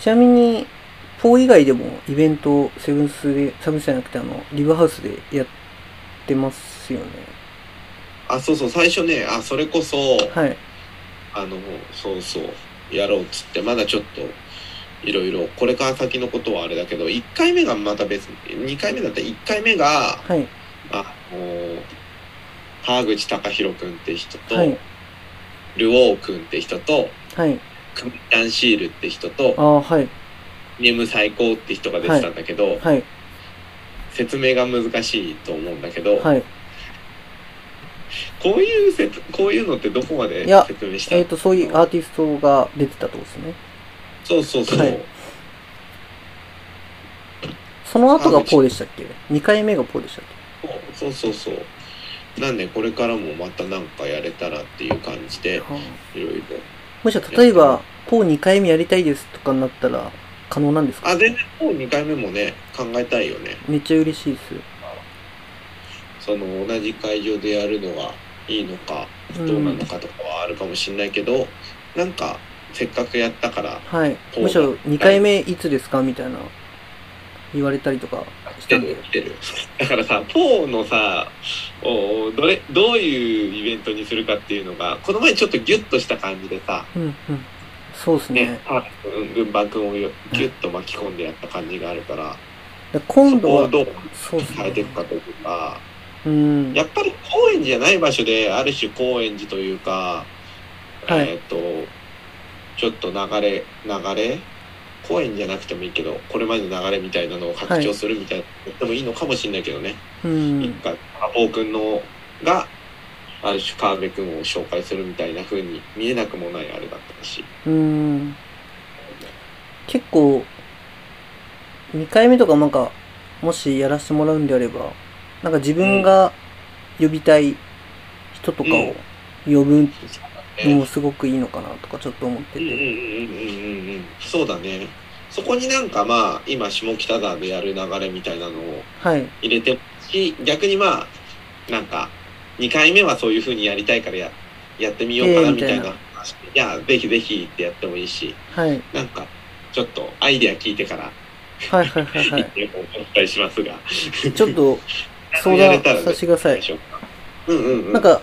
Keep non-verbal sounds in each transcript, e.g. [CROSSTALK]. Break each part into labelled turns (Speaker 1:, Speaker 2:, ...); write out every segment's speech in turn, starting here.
Speaker 1: ちなみに、ポー以外でもイベント、セブンスで、サブンスじゃなくて、あの、リブハウスでやってますよね。
Speaker 2: あそうそう最初ねあそれこそ
Speaker 1: はい。
Speaker 2: あのそうそうやろうっつってまだちょっといろいろこれから先のことはあれだけど1回目がまた別に2回目だったら1回目が
Speaker 1: はい。
Speaker 2: あの川口隆弘君って人と、
Speaker 1: はい。
Speaker 2: ルオー君って人と
Speaker 1: はい。
Speaker 2: クミタンシールって人と
Speaker 1: ああ、はい。
Speaker 2: ネム最高って人が出てたんだけど、
Speaker 1: はい。
Speaker 2: 説明が難しいと思うんだけど、
Speaker 1: はい。
Speaker 2: こういう説こういうのってどこまで
Speaker 1: いや
Speaker 2: 説明した
Speaker 1: えっ、と、そういうアーティストが出てたとこですね。
Speaker 2: そうそうそう、
Speaker 1: はいその後がポーでしたっけ ?2 回目がポーでしたっ
Speaker 2: そうそうそうそうなんでこれからもまたなんかやれたらっていう感じ
Speaker 1: け
Speaker 2: で
Speaker 1: はい
Speaker 2: ろいろ
Speaker 1: もし例えば、ポー2回目やりたいですとかになったら可能なんですか
Speaker 2: あ全然もう2回目もね考えたいよね
Speaker 1: めっちゃ嬉しいです。
Speaker 2: その同じ会場でやるのがいいのか
Speaker 1: うん
Speaker 2: どうなのかとかはあるかもしれないけど、なんかせっかくやったから
Speaker 1: はい。
Speaker 2: ポー
Speaker 1: むしろ2回目いつですかみたいな言われたりとか
Speaker 2: 来
Speaker 1: した
Speaker 2: て
Speaker 1: んで
Speaker 2: る。来てるだからさポーのさおどれどういうイベントにするかっていうのがこの前ちょっとギュッとした感じでさ
Speaker 1: うんうん。そうですね
Speaker 2: ね。パー君軍番君をよギュッと巻き込んでやった感じがあるから、
Speaker 1: だから
Speaker 2: そ
Speaker 1: 今度
Speaker 2: こを
Speaker 1: は、
Speaker 2: どう
Speaker 1: そうです
Speaker 2: 変えてい
Speaker 1: ね
Speaker 2: く。かというか、
Speaker 1: うん。
Speaker 2: やっぱり高円寺じゃない場所である種高円寺というか、
Speaker 1: はい
Speaker 2: えっ、とちょっと流れ流れ高円寺じゃなくてもいいけどこれまでの流れみたいなのを拡張するみたいなのでもいいのかもしれないけどね、
Speaker 1: う
Speaker 2: 一
Speaker 1: ん。
Speaker 2: 回王くんのがある種川辺くんを紹介するみたいな風に見えなくもないあれだったし
Speaker 1: うん。結構、2回目とかなんか、もしやらせてもらうんであれば、なんか自分が呼びたい人とかを呼ぶのもすごくいいのかなとかちょっと思って
Speaker 2: うんうんうん
Speaker 1: て。
Speaker 2: うんうんうんそうだねそこになんかまあ今下北沢でやる流れみたいなのを
Speaker 1: はい。
Speaker 2: 入れてもいいし逆にまあなんか2回目はそういう風にやりたいからややってみようか
Speaker 1: え
Speaker 2: な
Speaker 1: え
Speaker 2: みたいな、
Speaker 1: みたい
Speaker 2: いやぜひぜひってやってもいいし
Speaker 1: はい。
Speaker 2: なんかちょっとアイデア聞いてから
Speaker 1: はいはいはいは
Speaker 2: 言っ [LAUGHS]
Speaker 1: い。
Speaker 2: てもお伝えしますが、
Speaker 1: ちょっと相
Speaker 2: や
Speaker 1: 談
Speaker 2: れたらね
Speaker 1: させてくださ
Speaker 2: 最
Speaker 1: い。
Speaker 2: 初うんうんうん
Speaker 1: なんか、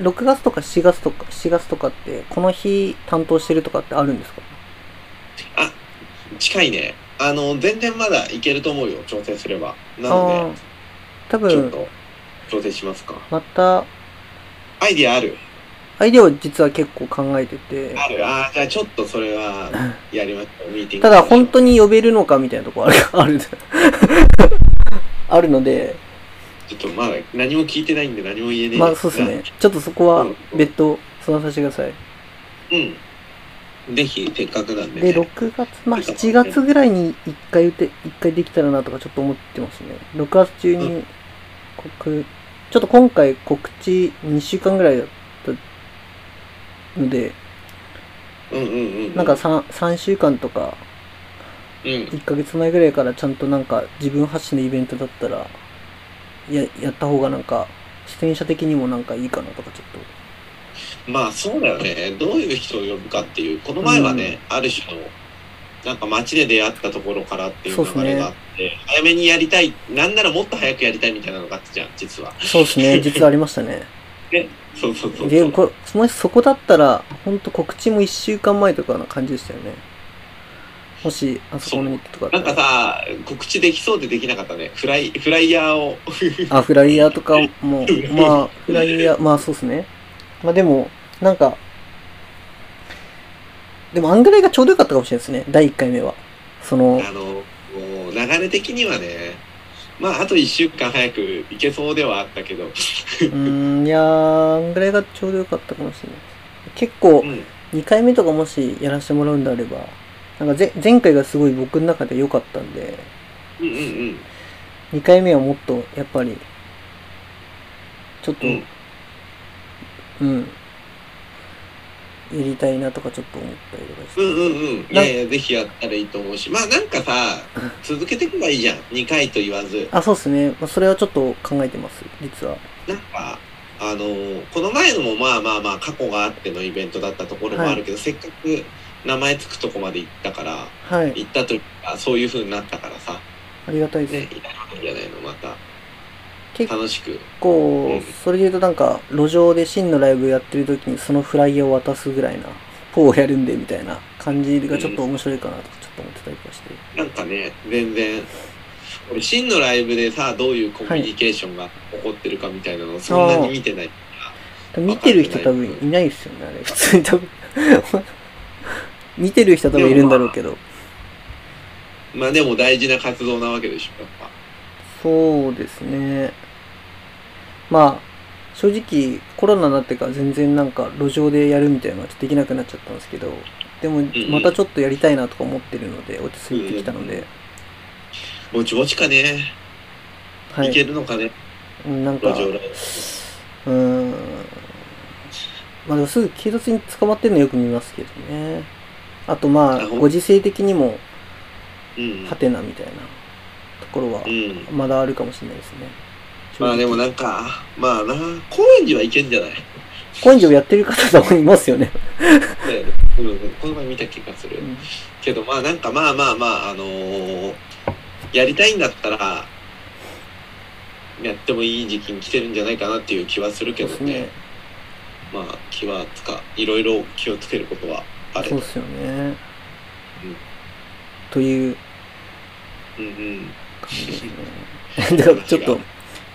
Speaker 1: 6月とか7月とか、7月とかって、この日担当してるとかってあるんですか
Speaker 2: 近いねあの全然まだいけると思うよ調整すればな
Speaker 1: ああ
Speaker 2: の
Speaker 1: ー。多
Speaker 2: でちょっ
Speaker 1: 分、
Speaker 2: と調整しますか
Speaker 1: また、
Speaker 2: アイディアある
Speaker 1: アイデアを実は結構考えてて、
Speaker 2: あるああじゃあちょっとそれはやりましょうミーティング
Speaker 1: ただ本
Speaker 2: に
Speaker 1: 当に呼べるのかみたいなとこ
Speaker 2: [LAUGHS]
Speaker 1: ある、ある、あるので、
Speaker 2: ちょっとまだ何も聞いてないんで何も言えねえ
Speaker 1: まあそうですね。ちょっとそこは別途相談させてください。
Speaker 2: うんぜひせっかくなんで,、ね、
Speaker 1: で、6月、まあ7月ぐらいに1回打て、一回できたらなとかちょっと思ってますね。6月中に告、ちょっと今回告知2週間ぐらいだったので、
Speaker 2: うんうんうん
Speaker 1: なんか 3, 3週間とか
Speaker 2: うん
Speaker 1: 1ヶ月前ぐらいからちゃんとなんか自分発信のイベントだったら、や、やった方がなんか、出演者的にもなんかいいかなとかちょっ
Speaker 2: まあそうだよねどういう人を呼ぶかっていうこの前はね、ある種のなんか街で出会ったところからっていう流れがあって、早めにやりたいなんならもっと早くやりたいみたいなのがあったじゃん実は
Speaker 1: と。そうですね、実はありましたね。
Speaker 2: そうそうそうそ
Speaker 1: で、
Speaker 2: う
Speaker 1: これ、もしそこだったら、ほんと告知も1週間前とかな感じでしたよね。もし、あそこのネットとか
Speaker 2: な
Speaker 1: だ
Speaker 2: ん
Speaker 1: っ
Speaker 2: か
Speaker 1: た。
Speaker 2: らさ告知できそうでできなかったねフライフライヤーを
Speaker 1: あ、フライヤーとかも、まあ、フライヤ
Speaker 2: [LAUGHS]
Speaker 1: ー、まあそうですね。まあでも、なんか、でもあんぐらいがちょうどよかったかもしれないですね、第1回目は。
Speaker 2: [LAUGHS]
Speaker 1: その、
Speaker 2: あのもう流れ的にはねまああと1週間早く行けそうではあったけど
Speaker 1: うーん、いやー、あんぐらいがちょうどよかったかもしれないです。結構
Speaker 2: う、ん
Speaker 1: 2回目とかもしやらせてもらうんであれば、なんかぜ前回がすごい僕の中で良かったんで、
Speaker 2: うんうんうん
Speaker 1: 2回目はもっとやっぱりちょっと
Speaker 2: うん
Speaker 1: うん、やりたいなとかちょっと思ったりとかして、
Speaker 2: うんうんうん。いやいや、ぜひやったらいいと思うし。まあなんかさ、続けていけばいいじゃん。2回と言わず。
Speaker 1: あそうですね、まあ、それはちょっと考えてます実は
Speaker 2: なんか、あのーこの前のもまあまあまあ過去があってのイベントだったところもあるけど、せっかく名前つくとこまで行ったから、
Speaker 1: はい。
Speaker 2: 行った時がそういう風になったからさ、
Speaker 1: ありがたい
Speaker 2: ね
Speaker 1: で、す。
Speaker 2: いらないんじゃないの、また。
Speaker 1: 結
Speaker 2: 楽しく。う
Speaker 1: 構
Speaker 2: ん、
Speaker 1: それで言うとなんか、路上で真のライブやってる時にそのフライヤーを渡すぐらいな、ポーやるんでみたいな感じがちょっと面白いかなとちょっと思ってたりとかして。
Speaker 2: なんかね、全然、俺、真のライブでさ、どういうコミュニケーションが起こってるかみたいなのをそんなに見てない。
Speaker 1: 見てる人多分いないですよね、あれ。普通に多分。 [LAUGHS] 見てる人多分いるんだろうけど。
Speaker 2: まあでも大事な活動なわけでしょ、やっぱ。
Speaker 1: そうですね。まあ、正直コロナになってから全然なんか路上でやるみたいなのはちょっとできなくなっちゃったんですけど、でも
Speaker 2: ん
Speaker 1: またちょっとやりたいなとか思ってるので、落ち着いてきたので、
Speaker 2: ぼちぼちかね。、
Speaker 1: はい
Speaker 2: け
Speaker 1: い。
Speaker 2: るのかね、
Speaker 1: なん
Speaker 2: 路
Speaker 1: か、
Speaker 2: 上ライ
Speaker 1: う
Speaker 2: ブ。
Speaker 1: ーん。まあでもすぐ警察に捕まってるのよく見ますけどね。あとまあ、
Speaker 2: あほん
Speaker 1: ご時世的にも、
Speaker 2: うん
Speaker 1: ハ。テナみたいなところは
Speaker 2: うん。
Speaker 1: まだあるかもしれないですね。
Speaker 2: まあでも
Speaker 1: ね、
Speaker 2: なんか、まあな、高円寺はいけんじゃない
Speaker 1: 高円寺をやってる方とかもいますよね。
Speaker 2: ねうん、この前見た気がする。けどまあなんかまあまあまあ、あのーやりたいんだったら、やってもいい時期に来てるんじゃないかなっていう気はするけ
Speaker 1: そう
Speaker 2: ど
Speaker 1: です
Speaker 2: ね。
Speaker 1: ね。
Speaker 2: まあ気はつか、いろいろ気をつけることはあれ
Speaker 1: そう
Speaker 2: ば。
Speaker 1: ですよね。という
Speaker 2: うんうん。
Speaker 1: 感じですね。だからちょっと、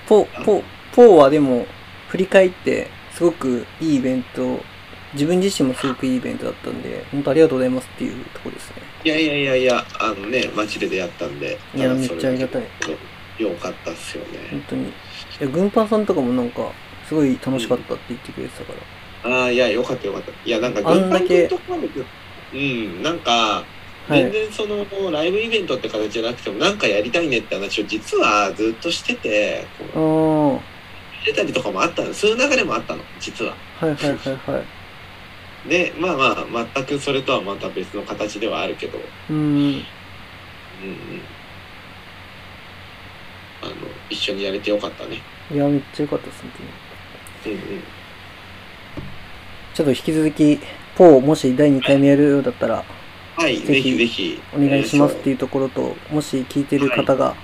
Speaker 1: ポ、ポ、ポはでも、振り返って、すごくいいイベント、自分自身もすごくいいイベントだったんで、本当ありがとうございますっていうところですね。
Speaker 2: いやいやいやいや、あのね、街で出会ったんで。
Speaker 1: いや、
Speaker 2: ただ
Speaker 1: め
Speaker 2: そ
Speaker 1: っ
Speaker 2: れ
Speaker 1: ちゃありがたい。
Speaker 2: よかったっすよね。
Speaker 1: 本当に。いや、軍パンさんとかもなんか、すごい楽しかったって言ってくれてたから。
Speaker 2: ああ、いや、よかったよかった。いや、なんか、
Speaker 1: あんだけ
Speaker 2: 軍パンのとこうん、なんか、
Speaker 1: はい
Speaker 2: 全然その、ライブイベントって形じゃなくても、なんかやりたいねって話を実はずっとしてて、こう
Speaker 1: ああ、は
Speaker 2: 出たりとかもあったの、そういう流れもあったの、実は。
Speaker 1: いはいはいはい。
Speaker 2: で、まあまあ、全くそれとはまた別の形ではあるけど、う
Speaker 1: うーん、
Speaker 2: んうん。あの、一緒にやれてよかったね。
Speaker 1: いや、めっちゃ良かったです、本当に。
Speaker 2: うんうん。
Speaker 1: ちょっと引き続き、ポー、もし第2回目やるようだったら、
Speaker 2: はい、
Speaker 1: ぜ
Speaker 2: ぜ
Speaker 1: ひ
Speaker 2: ひぜひ。
Speaker 1: お願いします
Speaker 2: え
Speaker 1: っ
Speaker 2: ー
Speaker 1: ていうところと、もし聞いてる方が、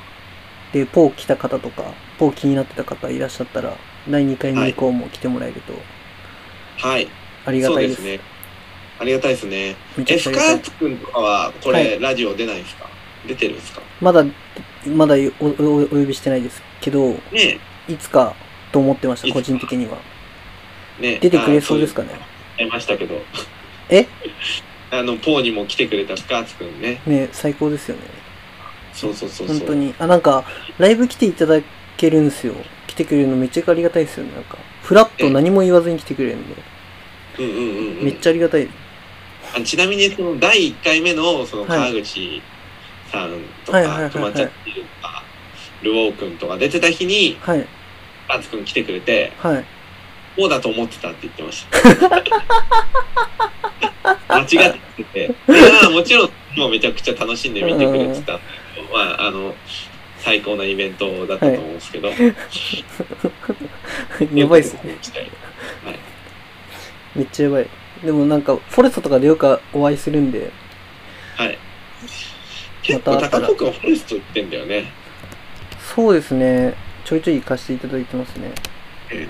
Speaker 1: で、ポー来た方とか、ポー気になってた方いらっしゃったら、第2回目以降も来てもらえると、
Speaker 2: そうはい、
Speaker 1: ありが
Speaker 2: そう
Speaker 1: たい
Speaker 2: で
Speaker 1: です。
Speaker 2: すね。ありがたいですね。
Speaker 1: めちゃ
Speaker 2: え、
Speaker 1: くち
Speaker 2: ス
Speaker 1: ゃあ
Speaker 2: カ
Speaker 1: りがたい
Speaker 2: ーツくんとかは、こ
Speaker 1: は
Speaker 2: れ、
Speaker 1: い
Speaker 2: ラジオ出ないんですか出てるんですか
Speaker 1: まだ、まだおおお呼びしてないですけど、
Speaker 2: ね
Speaker 1: いつかと思ってまし
Speaker 2: い
Speaker 1: た、
Speaker 2: つか
Speaker 1: 個人的には。
Speaker 2: え、ねえ。
Speaker 1: 出てくれそうですかね。
Speaker 2: あいましたけど。 [LAUGHS]
Speaker 1: え
Speaker 2: あの、ポーにも来てくれたスカーツくんね。
Speaker 1: ね、最高ですよね。
Speaker 2: そうそうそうそう。
Speaker 1: 本当に。あ、なんか、ライブ来ていただけるんですよ。来てくれるのめっちゃありがたいですよね。なんか、フラッと何も言わずに来てくれるんで、
Speaker 2: うんうんうんうん。
Speaker 1: めっちゃありがたい。
Speaker 2: あちなみに、その、第1回目の、その、
Speaker 1: は
Speaker 2: 川
Speaker 1: い
Speaker 2: 口さんと
Speaker 1: はいはいはいは
Speaker 2: か、
Speaker 1: い
Speaker 2: とまちゃっていうか、ルオーくんとか出てた日に、
Speaker 1: はい、
Speaker 2: スカーツくん来てくれて、
Speaker 1: はい。
Speaker 2: こうだと思ってたって言ってました。 [LAUGHS] 間違ってて。いやもちろん、もうめちゃくちゃ楽しんで見てくれてたんだけど、まあ、あの、最高なイベントだったと思うんですけど。
Speaker 1: やばいっすね。
Speaker 2: はい。
Speaker 1: めっちゃやばい。でもなんか、フォレストとかでよくお会いするんで、
Speaker 2: はい。結構、高子くんフォレスト行ってんだよね。
Speaker 1: そうですね、ちょいちょい行かせていただいてますね
Speaker 2: ええ。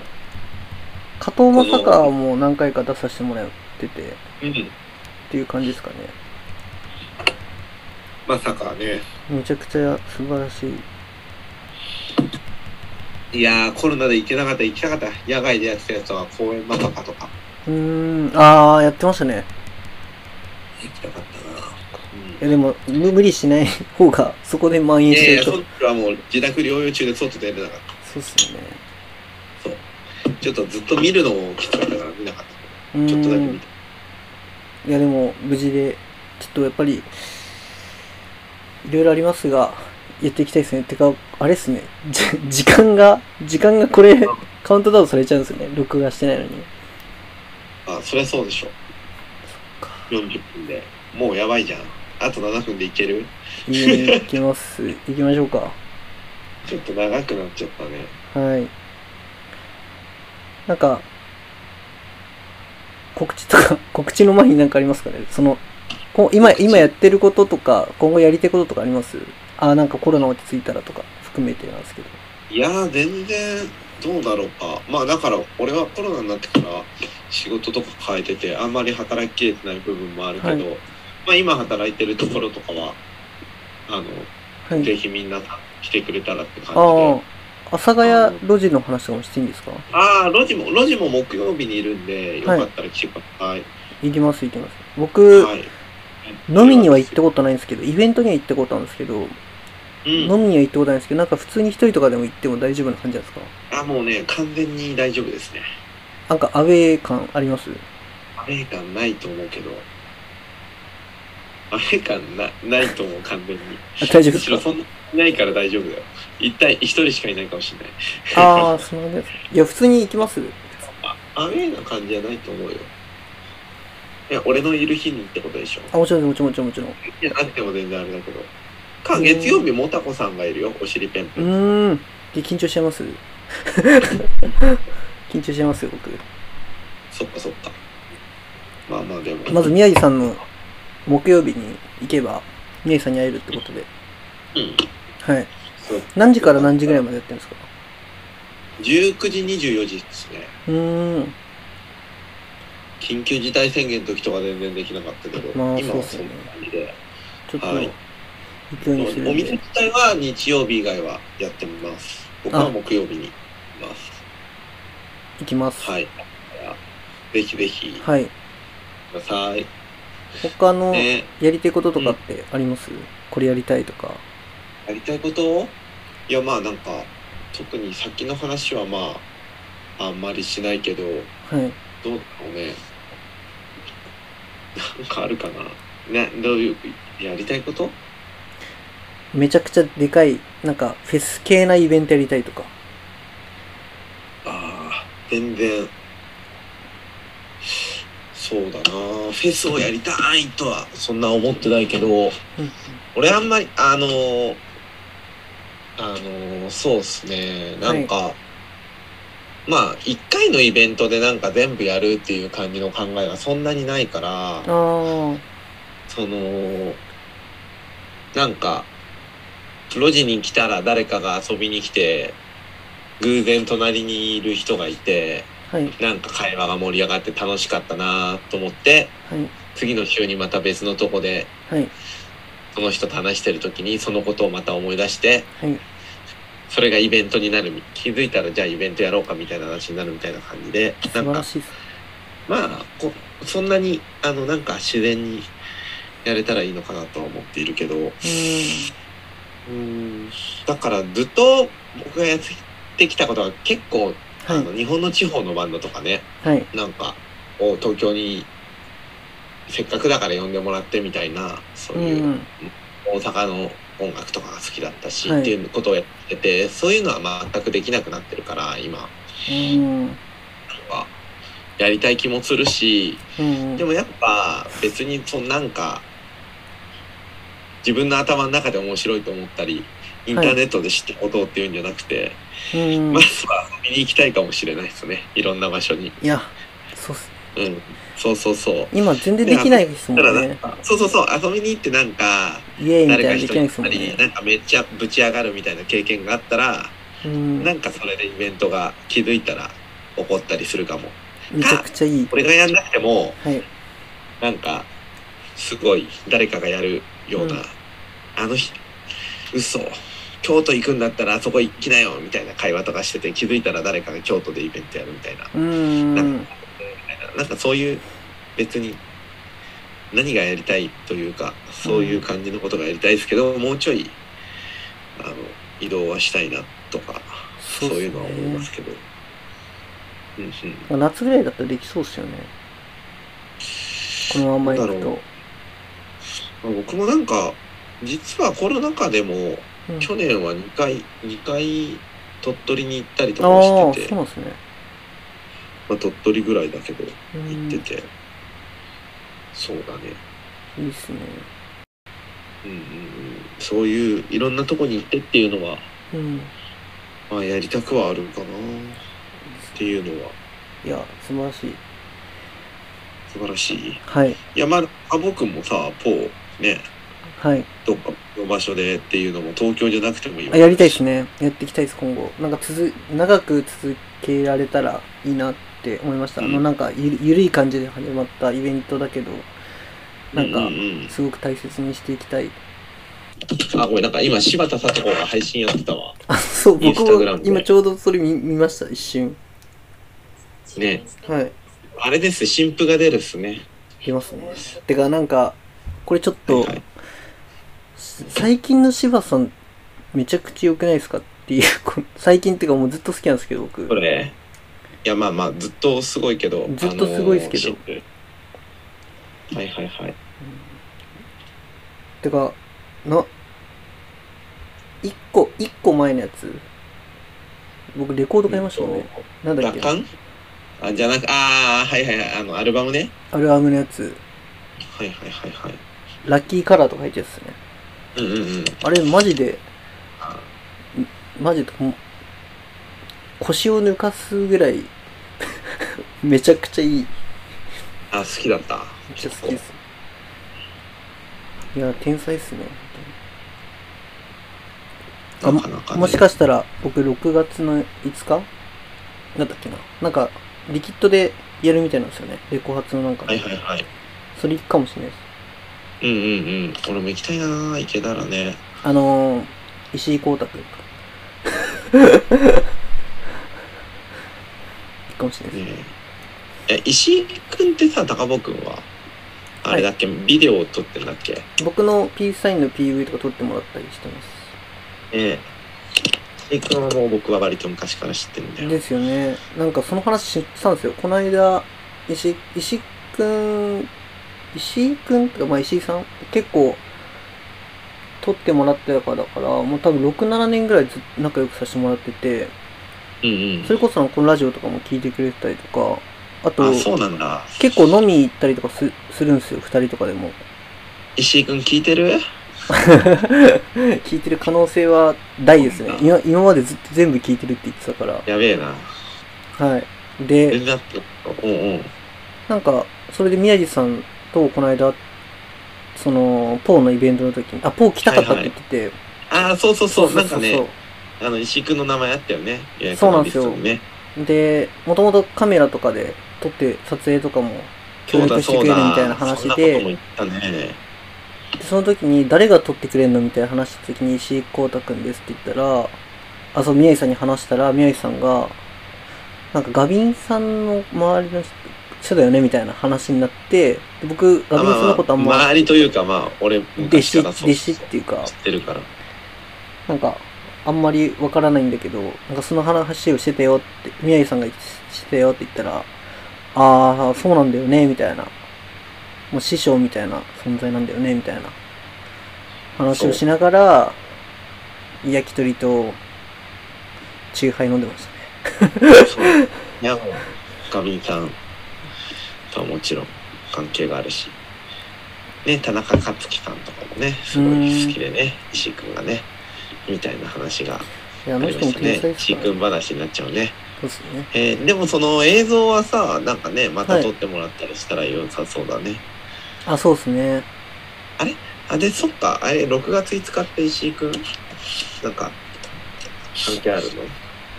Speaker 1: 加藤正香も何回か出させてもらってて、っ
Speaker 2: うん。
Speaker 1: ていう感じですかね。
Speaker 2: まさかね。
Speaker 1: めちゃくちゃ素晴らしい。
Speaker 2: いやー、コロナで行けなかった、行きたかった。野外でやってたやつは公園まさかとか。
Speaker 1: うーん、あー、やってましたね。
Speaker 2: 行きたかったな。うん
Speaker 1: いやでも、む無理しない方が、そこで蔓延
Speaker 2: い
Speaker 1: し
Speaker 2: やい
Speaker 1: てる
Speaker 2: や、
Speaker 1: と。
Speaker 2: その時はもう自宅療養中で外出れなかっ
Speaker 1: そうっすよね。
Speaker 2: た。ちょっとずっと見るのもきつかったから見なかった。
Speaker 1: うーん
Speaker 2: ちょっとだけ見た。
Speaker 1: いやでも無事でちょっとやっぱりいろいろありますがやっていきたいですねてかあれですねじ時間が時間がこれカウントダウンされちゃうんですよね録画してないのに
Speaker 2: あ、そりゃそうでしょ。40分で。もうやばいじゃん。あと7分でいける
Speaker 1: いやいきます行きましょうか
Speaker 2: ちょっと長くなっちゃったね。
Speaker 1: はいなんか告知とか告知の前になんかありますかねそのこう今、今やってることとか、今後やりたいこととかありますああ、なんかコロナ落ち着いたらとか含めてなんですけど。
Speaker 2: いやー、全然、どうだろうか。まあ、だから、俺はコロナになってから仕事とか変えてて、あんまり働ききれてない部分もあるけど、
Speaker 1: はい
Speaker 2: まあ、今働いてるところとかは、あの、
Speaker 1: はい。
Speaker 2: ぜひみんな来てくれたらって感じ
Speaker 1: あ
Speaker 2: で。
Speaker 1: あ、阿佐ヶ谷路地の話とかもしていいんですか
Speaker 2: ああ、路地も、路地も木曜日にいるんで、よかったら来てください。
Speaker 1: 行きます、行きます。僕、
Speaker 2: はい。
Speaker 1: 飲みには行ったことないんですけど、イベントには行ったことあるんですけど、
Speaker 2: うん
Speaker 1: 飲みには行ったことないんですけど、なんか普通に一人とかでも行っても大丈夫な感じなんですか
Speaker 2: あ、もうね、完全に大丈夫ですね。
Speaker 1: なんかアウェー感あります
Speaker 2: アメリカンないと思うけど。アメリカンなないと思う、完全に。
Speaker 1: あ大丈
Speaker 2: む
Speaker 1: 夫で
Speaker 2: し
Speaker 1: す
Speaker 2: ろ
Speaker 1: か
Speaker 2: そんなにないから大丈夫だよ。一体一人しかいないかもしれない。
Speaker 1: ああ、そうなんです。いや、普通に行きます。
Speaker 2: あアウェーな感じじゃないと思うよ。いや、俺のいる日にってことでしょ。
Speaker 1: あ、もちろん、もちろん、もちろん、もちろん。
Speaker 2: いや、なくても全然あれだけど。か、月曜日、もたこさんがいるよ、おしりペンペン。
Speaker 1: うーん。で、緊張しちゃい [LAUGHS] ます緊張しちゃいますよ、僕。
Speaker 2: そっかそっか。まあまあ、でも。
Speaker 1: まず、宮城さんの木曜日に行けば、宮城さんに会えるってことで。
Speaker 2: うん。
Speaker 1: はい。
Speaker 2: そう
Speaker 1: 何時から何時ぐらいまでやってるんですか
Speaker 2: 19時24時ですね。
Speaker 1: うーん。
Speaker 2: 緊急事態宣言の時とか全然できなかったけど、
Speaker 1: まあ
Speaker 2: 今
Speaker 1: そうっ
Speaker 2: は
Speaker 1: す
Speaker 2: そん
Speaker 1: よね
Speaker 2: な感じで。
Speaker 1: ちょっと
Speaker 2: はい、
Speaker 1: 勢いにする
Speaker 2: お
Speaker 1: ん
Speaker 2: 店
Speaker 1: で。
Speaker 2: 自体は日曜日以外はやってみます。僕は木曜日にいます。
Speaker 1: 行きます。
Speaker 2: はい。ぜひぜひ、く
Speaker 1: はい。
Speaker 2: ださい。
Speaker 1: 他のや
Speaker 2: ね、
Speaker 1: りたいこととかってありますこれやりたいとか。
Speaker 2: やりたいこといや、まあなんか、特に先の話はまあ、あんまりしないけど、
Speaker 1: は
Speaker 2: ど
Speaker 1: い。
Speaker 2: うだろうね。なんかあるかな。ね、どういう、やりたいこと
Speaker 1: めちゃくちゃでかい、なんか、フェス系なイベントやりたいとか。
Speaker 2: ああ、全然。そうだなフェスをやりたいとはそんな思ってないけど、俺あんまり、あのーあのーそうっすね、なんか、まあ、一回のイベントでなんか全部やるっていう感じの考えがそんなにないから、
Speaker 1: あ
Speaker 2: その、なんか、路地に来たら誰かが遊びに来て、偶然隣にいる人がいて、
Speaker 1: あ。はい。
Speaker 2: なんか会話が盛り上がって楽しかったなと思って、
Speaker 1: はい。
Speaker 2: 次の週にまた別のとこで、
Speaker 1: はい。
Speaker 2: その人と話してる時にそのことをまた思い出して、
Speaker 1: はい。
Speaker 2: それがイベントになるみ、気づいたらじゃあイベントやろうかみたいな話になるみたいな感じで、な
Speaker 1: 素
Speaker 2: ん
Speaker 1: 晴ら
Speaker 2: か、
Speaker 1: しいです。
Speaker 2: まあ、こそんなに、あの、なんか自然にやれたらいいのかなとは思っているけど、
Speaker 1: うーん。
Speaker 2: うーんだからずっと僕がやってきたことは結構、あ
Speaker 1: はい
Speaker 2: の。日本の地方のバンドとかね
Speaker 1: はい。
Speaker 2: なんかを東京にせっかくだから呼んでもらってみたいなそう
Speaker 1: う。
Speaker 2: いうん大阪の音楽とかが好きだったし、
Speaker 1: はい
Speaker 2: っていうことをやっててそういうのは全くできなくなってるから今は
Speaker 1: うん。
Speaker 2: やりたい気もするし
Speaker 1: うん。
Speaker 2: でもやっぱ別にそのなんか自分の頭の中で面白いと思ったりインターネットで知ったことっていうんじゃなくて、
Speaker 1: うん
Speaker 2: ま。ずは見に行きたいかもしれないですね。いろんな場所に。
Speaker 1: いや、そうっす。
Speaker 2: うん。そうそうそう。
Speaker 1: 今全然できないで
Speaker 2: だ
Speaker 1: すも
Speaker 2: から
Speaker 1: ん
Speaker 2: なん
Speaker 1: ね。
Speaker 2: か、そうそうそう、遊びに行ってなんか、
Speaker 1: イエーイみた
Speaker 2: 誰
Speaker 1: いな
Speaker 2: か
Speaker 1: ので
Speaker 2: 一
Speaker 1: きな
Speaker 2: 人
Speaker 1: いですもん
Speaker 2: に
Speaker 1: ね。
Speaker 2: なんかめっちゃぶち上がるみたいな経験があったら、
Speaker 1: うん。
Speaker 2: なんかそれでイベントが気づいたら起こったりするかも。
Speaker 1: めちゃくちゃいい。
Speaker 2: 俺がやんなくても、
Speaker 1: はい。
Speaker 2: なんか、すごい誰かがやるような、
Speaker 1: うん
Speaker 2: あの日、嘘。京都行くんだったらあそこ行きなよみたいな会話とかしてて気づいたら誰かが京都でイベントやるみたいな
Speaker 1: うん。
Speaker 2: なんかそういう別に何がやりたいというかそういう感じのことがやりたいですけど、もうちょいあの移動はしたいなとか
Speaker 1: そ
Speaker 2: そうう,、
Speaker 1: っすね
Speaker 2: いうのは思いますけど、うんうん、
Speaker 1: 夏ぐらいだったらできそうっすよね。このまんま行く
Speaker 2: なんだ
Speaker 1: と
Speaker 2: ろ。まあ僕もなんか実はコロナ禍でも
Speaker 1: うん
Speaker 2: 去年は2回2回鳥取に行ったりと
Speaker 1: ああ、
Speaker 2: かも
Speaker 1: そ
Speaker 2: して
Speaker 1: う
Speaker 2: て、
Speaker 1: なんですね。
Speaker 2: まあ、鳥取ぐらいだけど
Speaker 1: うん
Speaker 2: 行ってて、そうだね
Speaker 1: いいっすね。
Speaker 2: うんうんうんそういういろんなとこに行ってっていうのは
Speaker 1: うん。
Speaker 2: まあやりたくはあるかなっていうのは。
Speaker 1: いや、素晴らしい。
Speaker 2: 素晴らしい。
Speaker 1: はい。
Speaker 2: いや、まあ、あ僕もさ、ポー、ね、
Speaker 1: はい。
Speaker 2: どっかの場所でっていうのも東京じゃなくてもいいわ
Speaker 1: あやりたいですね。やっていきたいです、今後。なんか続、長く続けられたらいいなって思いました。あ
Speaker 2: う
Speaker 1: の、
Speaker 2: ん
Speaker 1: なんかゆ、ゆるい感じで始まったイベントだけど、なん
Speaker 2: う
Speaker 1: か
Speaker 2: う、ん
Speaker 1: すごく大切にしていきたい。
Speaker 2: あ、ごめん、なんか今、柴田さとこが配信やってたわ。
Speaker 1: あ、そう、
Speaker 2: イン
Speaker 1: 僕
Speaker 2: スタグラ
Speaker 1: も
Speaker 2: ムで
Speaker 1: 今ちょうどそれ見見ました、一瞬。
Speaker 2: ね、
Speaker 1: はい。
Speaker 2: あれです、新婦が出るっすね。
Speaker 1: 出ますね。てか、なんか、これちょっと、
Speaker 2: はいはい
Speaker 1: 最近の柴さん、めちゃくちゃ良くないですかっていう、こ最近っていうかもうずっと好きなんですけど、僕。
Speaker 2: これ、いや、まあまあ、ずっとすごいけど。
Speaker 1: ずっとすごいっすけど
Speaker 2: あのー。新婦はいはいはい。
Speaker 1: てか、な、一個、一個前のやつ、僕レコード買いましたもんね。なんだっ
Speaker 2: 楽
Speaker 1: け
Speaker 2: 観あ、じゃなく、ああ、はいはいはい、あの、アルバムね。
Speaker 1: アルバムのやつ、
Speaker 2: はいはいはいはい。
Speaker 1: ラッキーカラーとか入ってるやつですね。
Speaker 2: うんうんうん。
Speaker 1: あれ、マジで、マジで、もう腰を抜かすぐらい、 [LAUGHS] めちゃくちゃいい。
Speaker 2: あ、好きだった。
Speaker 1: めっちゃ好きです。いや、天才っすね。あ
Speaker 2: なかなか、ね。
Speaker 1: もしかしたら、僕6月の5日なんだっけな。なんか、リキッドでやるみたいなんですよね。レコ発のなんか。
Speaker 2: はいはいはい。
Speaker 1: それ行くかもしれないです。
Speaker 2: うんうんうん。俺も行きたいなぁ、行けたらね。
Speaker 1: あのー、石井光太くんか。行く [LAUGHS] かもしれないです。
Speaker 2: ねえ。え、石井くんってさ、高坊くんは、あれだっけ、ビデオを撮ってるんだっけね
Speaker 1: 僕のピースサインの PV とか撮ってもらったりしてます。
Speaker 2: え。石井くんはもう僕は割と昔から知ってるんだよ。
Speaker 1: ですよね。なんかその話したんですよ。この間、石井、石井くん、石井くんとか、まあ石井さん、結構、撮ってもらってたからから、もう多分6、7年ぐらいずっと仲良くさせてもらってて、
Speaker 2: うん
Speaker 1: それこそあのこのラジオとかも聞いてくれてたりとか、あ
Speaker 2: うん。
Speaker 1: と
Speaker 2: あ、、そうなんだ。
Speaker 1: 結構飲み行ったりとかすするんですよ、二人と
Speaker 2: [LAUGHS]
Speaker 1: かでも。
Speaker 2: 石井くん聞いてる
Speaker 1: 聞いてる可能性は大ですね
Speaker 2: そ。う
Speaker 1: 今今までずっと全部聞いてるって言ってたから。
Speaker 2: やべえな。
Speaker 1: はい。で、
Speaker 2: 全然あった。うんうん。
Speaker 1: なんか、それで宮地さんとこの間、その、ポーのイベントの時に、あ、ポー来たかったって言ってて、
Speaker 2: ああ、そうそうそう。なんか
Speaker 1: そ
Speaker 2: ね、あの、石井くんの名前あったよね。予約
Speaker 1: そうな
Speaker 2: の
Speaker 1: んで
Speaker 2: リ
Speaker 1: す
Speaker 2: ス
Speaker 1: よ
Speaker 2: トにね。
Speaker 1: うで、もともとカメラとかで撮って撮影とかも協
Speaker 2: そう
Speaker 1: 力
Speaker 2: だ
Speaker 1: して
Speaker 2: そ
Speaker 1: く
Speaker 2: う
Speaker 1: れる
Speaker 2: だ。
Speaker 1: みたいな話
Speaker 2: そんなことも
Speaker 1: で、
Speaker 2: 言ったね。
Speaker 1: でその時に誰が撮ってくれんのみたいな話した時に石井光太くんですって言ったら、あ、そう、宮地さんに話したら、宮地さんが、なんかガビンさんの周りの人人だよねみたいな話になって、で僕、ガビンさんのことあん
Speaker 2: まあまあ
Speaker 1: ま、
Speaker 2: 周りというか、まあ、俺、
Speaker 1: 弟子、
Speaker 2: 昔から
Speaker 1: 弟
Speaker 2: そう
Speaker 1: 子っていうか
Speaker 2: 知、ってるから。
Speaker 1: [LAUGHS] なんか、あんまりわからないんだけど、なんかその話をしてたよって、宮城さんがしてたよって言ったら、ああ、そうなんだよね、みたいな。もう師匠みたいな存在なんだよね、みたいな。話をしながら、焼き鳥と、チューハイ飲んでましたね。
Speaker 2: そう。いや、もう、ガビンさんとはもちろん関係があるし、ね、田中克樹さんとかもね、すごい好きでね、石井くんがね、みたいな話があ
Speaker 1: いや、あの
Speaker 2: りま
Speaker 1: 人
Speaker 2: し
Speaker 1: も
Speaker 2: た
Speaker 1: 天才
Speaker 2: ね。
Speaker 1: です
Speaker 2: 石井
Speaker 1: か
Speaker 2: く
Speaker 1: ら、ね。
Speaker 2: ん話になっちゃうね。
Speaker 1: そうですね。
Speaker 2: えーでもその映像はさ、なんかね、ま
Speaker 1: は
Speaker 2: た
Speaker 1: い
Speaker 2: 撮ってもらったりしたら良さそうだね。
Speaker 1: あ、そうですね。
Speaker 2: あ、で、そっか、あれ、6月5日って石井くんなんか、関係あるの
Speaker 1: い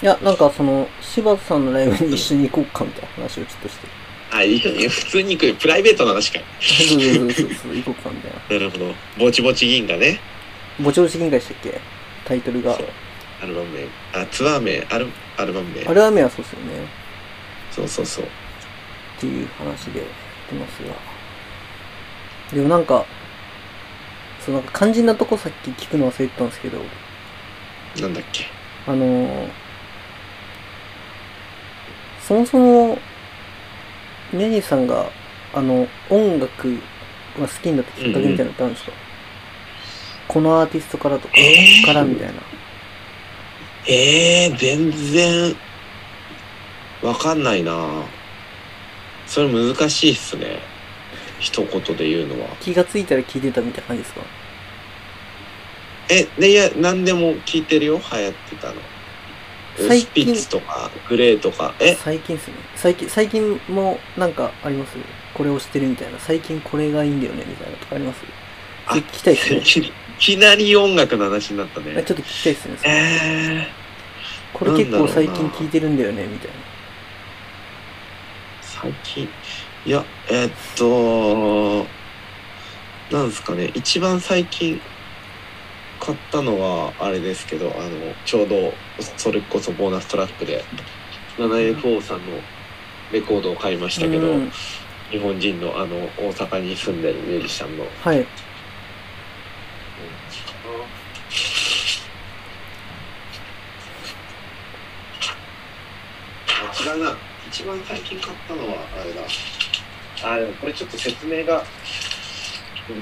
Speaker 1: や、なんかその、柴田さんのライブに一緒に行こうか、みたいな話をちょっ
Speaker 2: [LAUGHS]
Speaker 1: として。
Speaker 2: あ、いいよね。普通に行くよ。プライベートな話か。
Speaker 1: そうそうそうそうそう、行こうか、みたい
Speaker 2: な
Speaker 1: な。
Speaker 2: るほど。ぼちぼち銀河ね。
Speaker 1: ぼちぼち銀河でしたっけタイトルが
Speaker 2: そう。アルバム名。あ、ツアー名、アルアルバム名。
Speaker 1: あれは目はそうですよね。
Speaker 2: そうそうそう。
Speaker 1: っていう話でやってますが。でもなんか、そうなんか肝心なとこさっき聞くの忘れてたんですけど、
Speaker 2: なんだっけ。
Speaker 1: あのーそもそも、宮地さんが、あの、音楽が好きになったきっかけみたいなのってあるんですか、このアーティストからとか、
Speaker 2: えー
Speaker 1: からみたいな。
Speaker 2: えー、全然、わかんないなそれ難しいっすね。一言で言うのは。
Speaker 1: 気がついたら聞いてたみたいな感じですか
Speaker 2: え、で、いや、何でも聞いてるよ。流行ってたの。
Speaker 1: 最
Speaker 2: スピッ
Speaker 1: 近、
Speaker 2: ツとか、グレーとか、え、
Speaker 1: 最近ですね。最近、最近もなんかありますこれをしてるみたいな。最近これがいいんだよねみたいなとかあります
Speaker 2: あ
Speaker 1: 聞きたいですね。
Speaker 2: い [LAUGHS] きなり音楽の話になった
Speaker 1: ちょっ
Speaker 2: ね。
Speaker 1: と聞きたいですね。それ
Speaker 2: えー、
Speaker 1: これ結
Speaker 2: なん
Speaker 1: 構
Speaker 2: だろう
Speaker 1: 最
Speaker 2: な
Speaker 1: 近聞いてるんだよねみたいな。
Speaker 2: 最近、いや、えっと、なんですかね、一番最近買ったのは、あれですけど、あの、ちょうど、それこそボーナストラックで、7FO さんのレコードを買いましたけど、
Speaker 1: うん、
Speaker 2: 日本人のあの大阪に住んでるミュージシャンの
Speaker 1: はい。
Speaker 2: あ違うな一番最近買ったのはあれだあでもこれちょっと説明が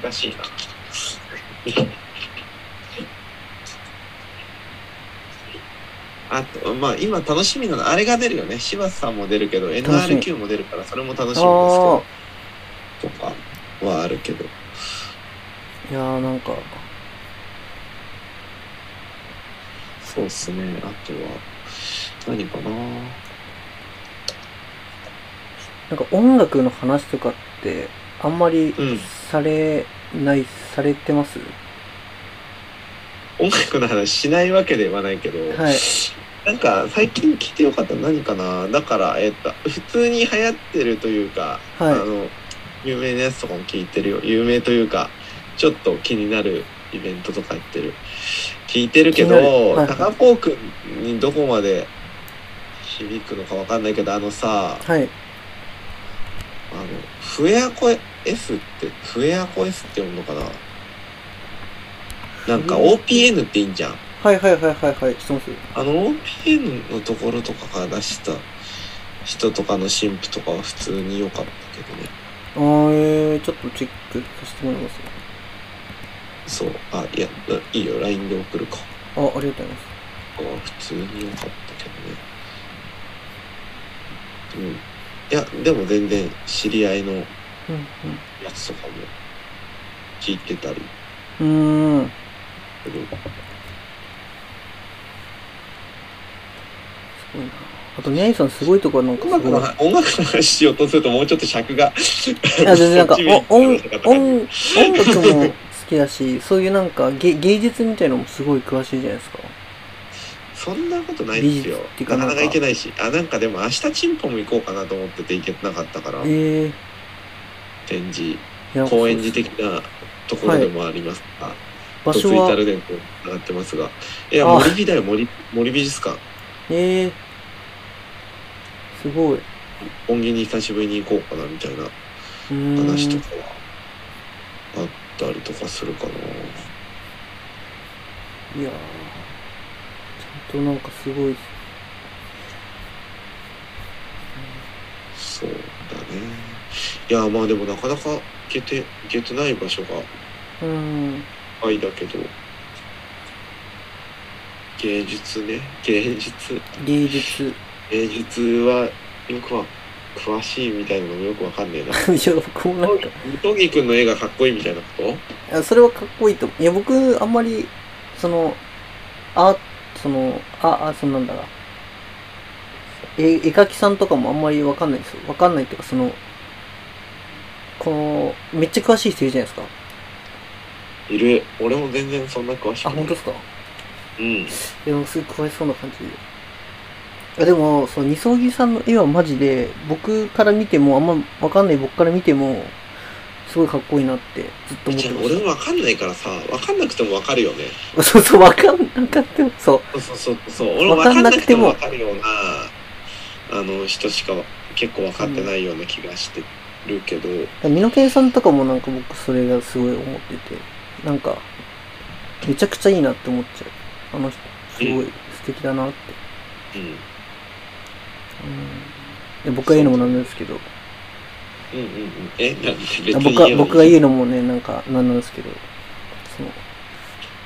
Speaker 2: 難しいな [LAUGHS] あとまあ今楽しみなのあれが出るよね柴田さんも出るけど
Speaker 1: 楽しみ
Speaker 2: NRQ も出るからそれも楽しみですけ
Speaker 1: ああ
Speaker 2: ど。とかはあるけど
Speaker 1: いやーなんか、
Speaker 2: そうっすね。あとは、何かな
Speaker 1: なんか音楽の話とかって、あんまり
Speaker 2: うん
Speaker 1: されない、されてます
Speaker 2: 音楽の話しないわけではないけど、
Speaker 1: はい。
Speaker 2: なんか最近聞いてよかったの何かなだから、えっと、普通に流行ってるというか、
Speaker 1: はい
Speaker 2: あの、有名なやつとかも聞いてるよ。有名というか、ちょっと気になるイベントとかやってる。聞いてるけど、
Speaker 1: 気になるはいはい
Speaker 2: 高校くんにどこまで響くのかわかんないけど、あのさ、
Speaker 1: はい。
Speaker 2: あの、フエアコ S って、フエアコ S って読むのかななんか
Speaker 1: うん
Speaker 2: OPN っていいんじゃん。
Speaker 1: はいはいはいはいはい。質問する。
Speaker 2: あの OPN のところとかから出した人とかの新婦とかは普通に良かったけどね。
Speaker 1: あー、えー、ちょっとチェックさせてもらいます。
Speaker 2: そう。あ、いや、いいよ。LINE で送るか。
Speaker 1: あ、ありがとうございます。
Speaker 2: あ普通に良かったけどね。うん。いや、でも全然知り合いのや
Speaker 1: うん
Speaker 2: つとかも聞いてたり
Speaker 1: うん。うーん。
Speaker 2: する。
Speaker 1: すごいな。あと、ニャイさんすごいとこはなんか
Speaker 2: 音
Speaker 1: すご
Speaker 2: 楽の話音
Speaker 1: い。
Speaker 2: 楽の話しようとするともうちょっと尺が。
Speaker 1: いや、全然なん
Speaker 2: [LAUGHS]
Speaker 1: か
Speaker 2: そっちメイン、
Speaker 1: お音、
Speaker 2: ってなっちゃったから
Speaker 1: 音、音楽も好きだし、そういうなんか芸芸術みたいのもすごい詳しいじゃないですか。
Speaker 2: そんなことないですよ
Speaker 1: 美術ってい。うか
Speaker 2: な
Speaker 1: な
Speaker 2: か
Speaker 1: んか
Speaker 2: なか行けないし。あ、なんかでも明日チンポも行こうかなと思ってて行けなかったから、
Speaker 1: ええーい
Speaker 2: 展示、
Speaker 1: や。
Speaker 2: 公園寺的なところでもありますが、
Speaker 1: 場
Speaker 2: とつ
Speaker 1: 所
Speaker 2: いた
Speaker 1: は、
Speaker 2: るでこう上がってますが。いや、
Speaker 1: あ
Speaker 2: 森美だよ、森、森美術館。
Speaker 1: ええー。すごい。う
Speaker 2: 本気に久しぶりに行こうかなみたいな
Speaker 1: ーん。
Speaker 2: 話とかはあったりとかするかな。
Speaker 1: いやー、ちゃんとなんかすごいっす。
Speaker 2: そうだね。いや、まあでもなかなか行けて、行けてない場所が
Speaker 1: うーん。
Speaker 2: 愛だけど芸術ね芸術
Speaker 1: 芸 [LAUGHS] 術。い
Speaker 2: 芸術はよくは詳しいみたいなのもよくわかんねえ
Speaker 1: [LAUGHS]
Speaker 2: な
Speaker 1: や、僕もなんか、
Speaker 2: 武藤木君の絵がかっこいいみたいなこと
Speaker 1: いやそれはかっこいいと思う。いや、僕、あんまり、その、あ、その、あ、あ、そのなんだな。え、絵描きさんとかもあんまりわかんないんですよ。わかんないっていうか、その、この、めっちゃ詳しい人いるじゃないですか。
Speaker 2: いる俺も全然そんな詳しく
Speaker 1: あ、
Speaker 2: ない
Speaker 1: 本当ですか
Speaker 2: うん
Speaker 1: いや、すごい詳しそうな感じで。あでも、その、二層木さんの絵はマジで、僕から見ても、あんまわかんない僕から見ても、すごいかっこいいなって、ずっと思っ
Speaker 2: じ
Speaker 1: て
Speaker 2: ゃあ
Speaker 1: ま
Speaker 2: 俺
Speaker 1: し
Speaker 2: もわかんないからさわかんなくてもわかるよね
Speaker 1: た。 [LAUGHS] そうそう、わかん、わかっても、そ
Speaker 2: そ
Speaker 1: う。
Speaker 2: うそうそうそう俺も
Speaker 1: わ
Speaker 2: わ
Speaker 1: か
Speaker 2: か
Speaker 1: ん
Speaker 2: ん
Speaker 1: な
Speaker 2: な
Speaker 1: く
Speaker 2: く
Speaker 1: て
Speaker 2: て
Speaker 1: も
Speaker 2: もわかるようなあの人しか結構わかってないような気がしてるけど、
Speaker 1: ミノケンさんとかもなんか僕それがすごい思ってて、なんか、めちゃくちゃいいなって思っちゃう。あの人、すごい素敵だなって。
Speaker 2: うん
Speaker 1: うん、で僕が言うのもなんですけど、
Speaker 2: うんうんうん。え、なんで別
Speaker 1: あ
Speaker 2: に
Speaker 1: 僕が
Speaker 2: 嫌な
Speaker 1: 僕が言うのもね、なんかなんなんですけど、その、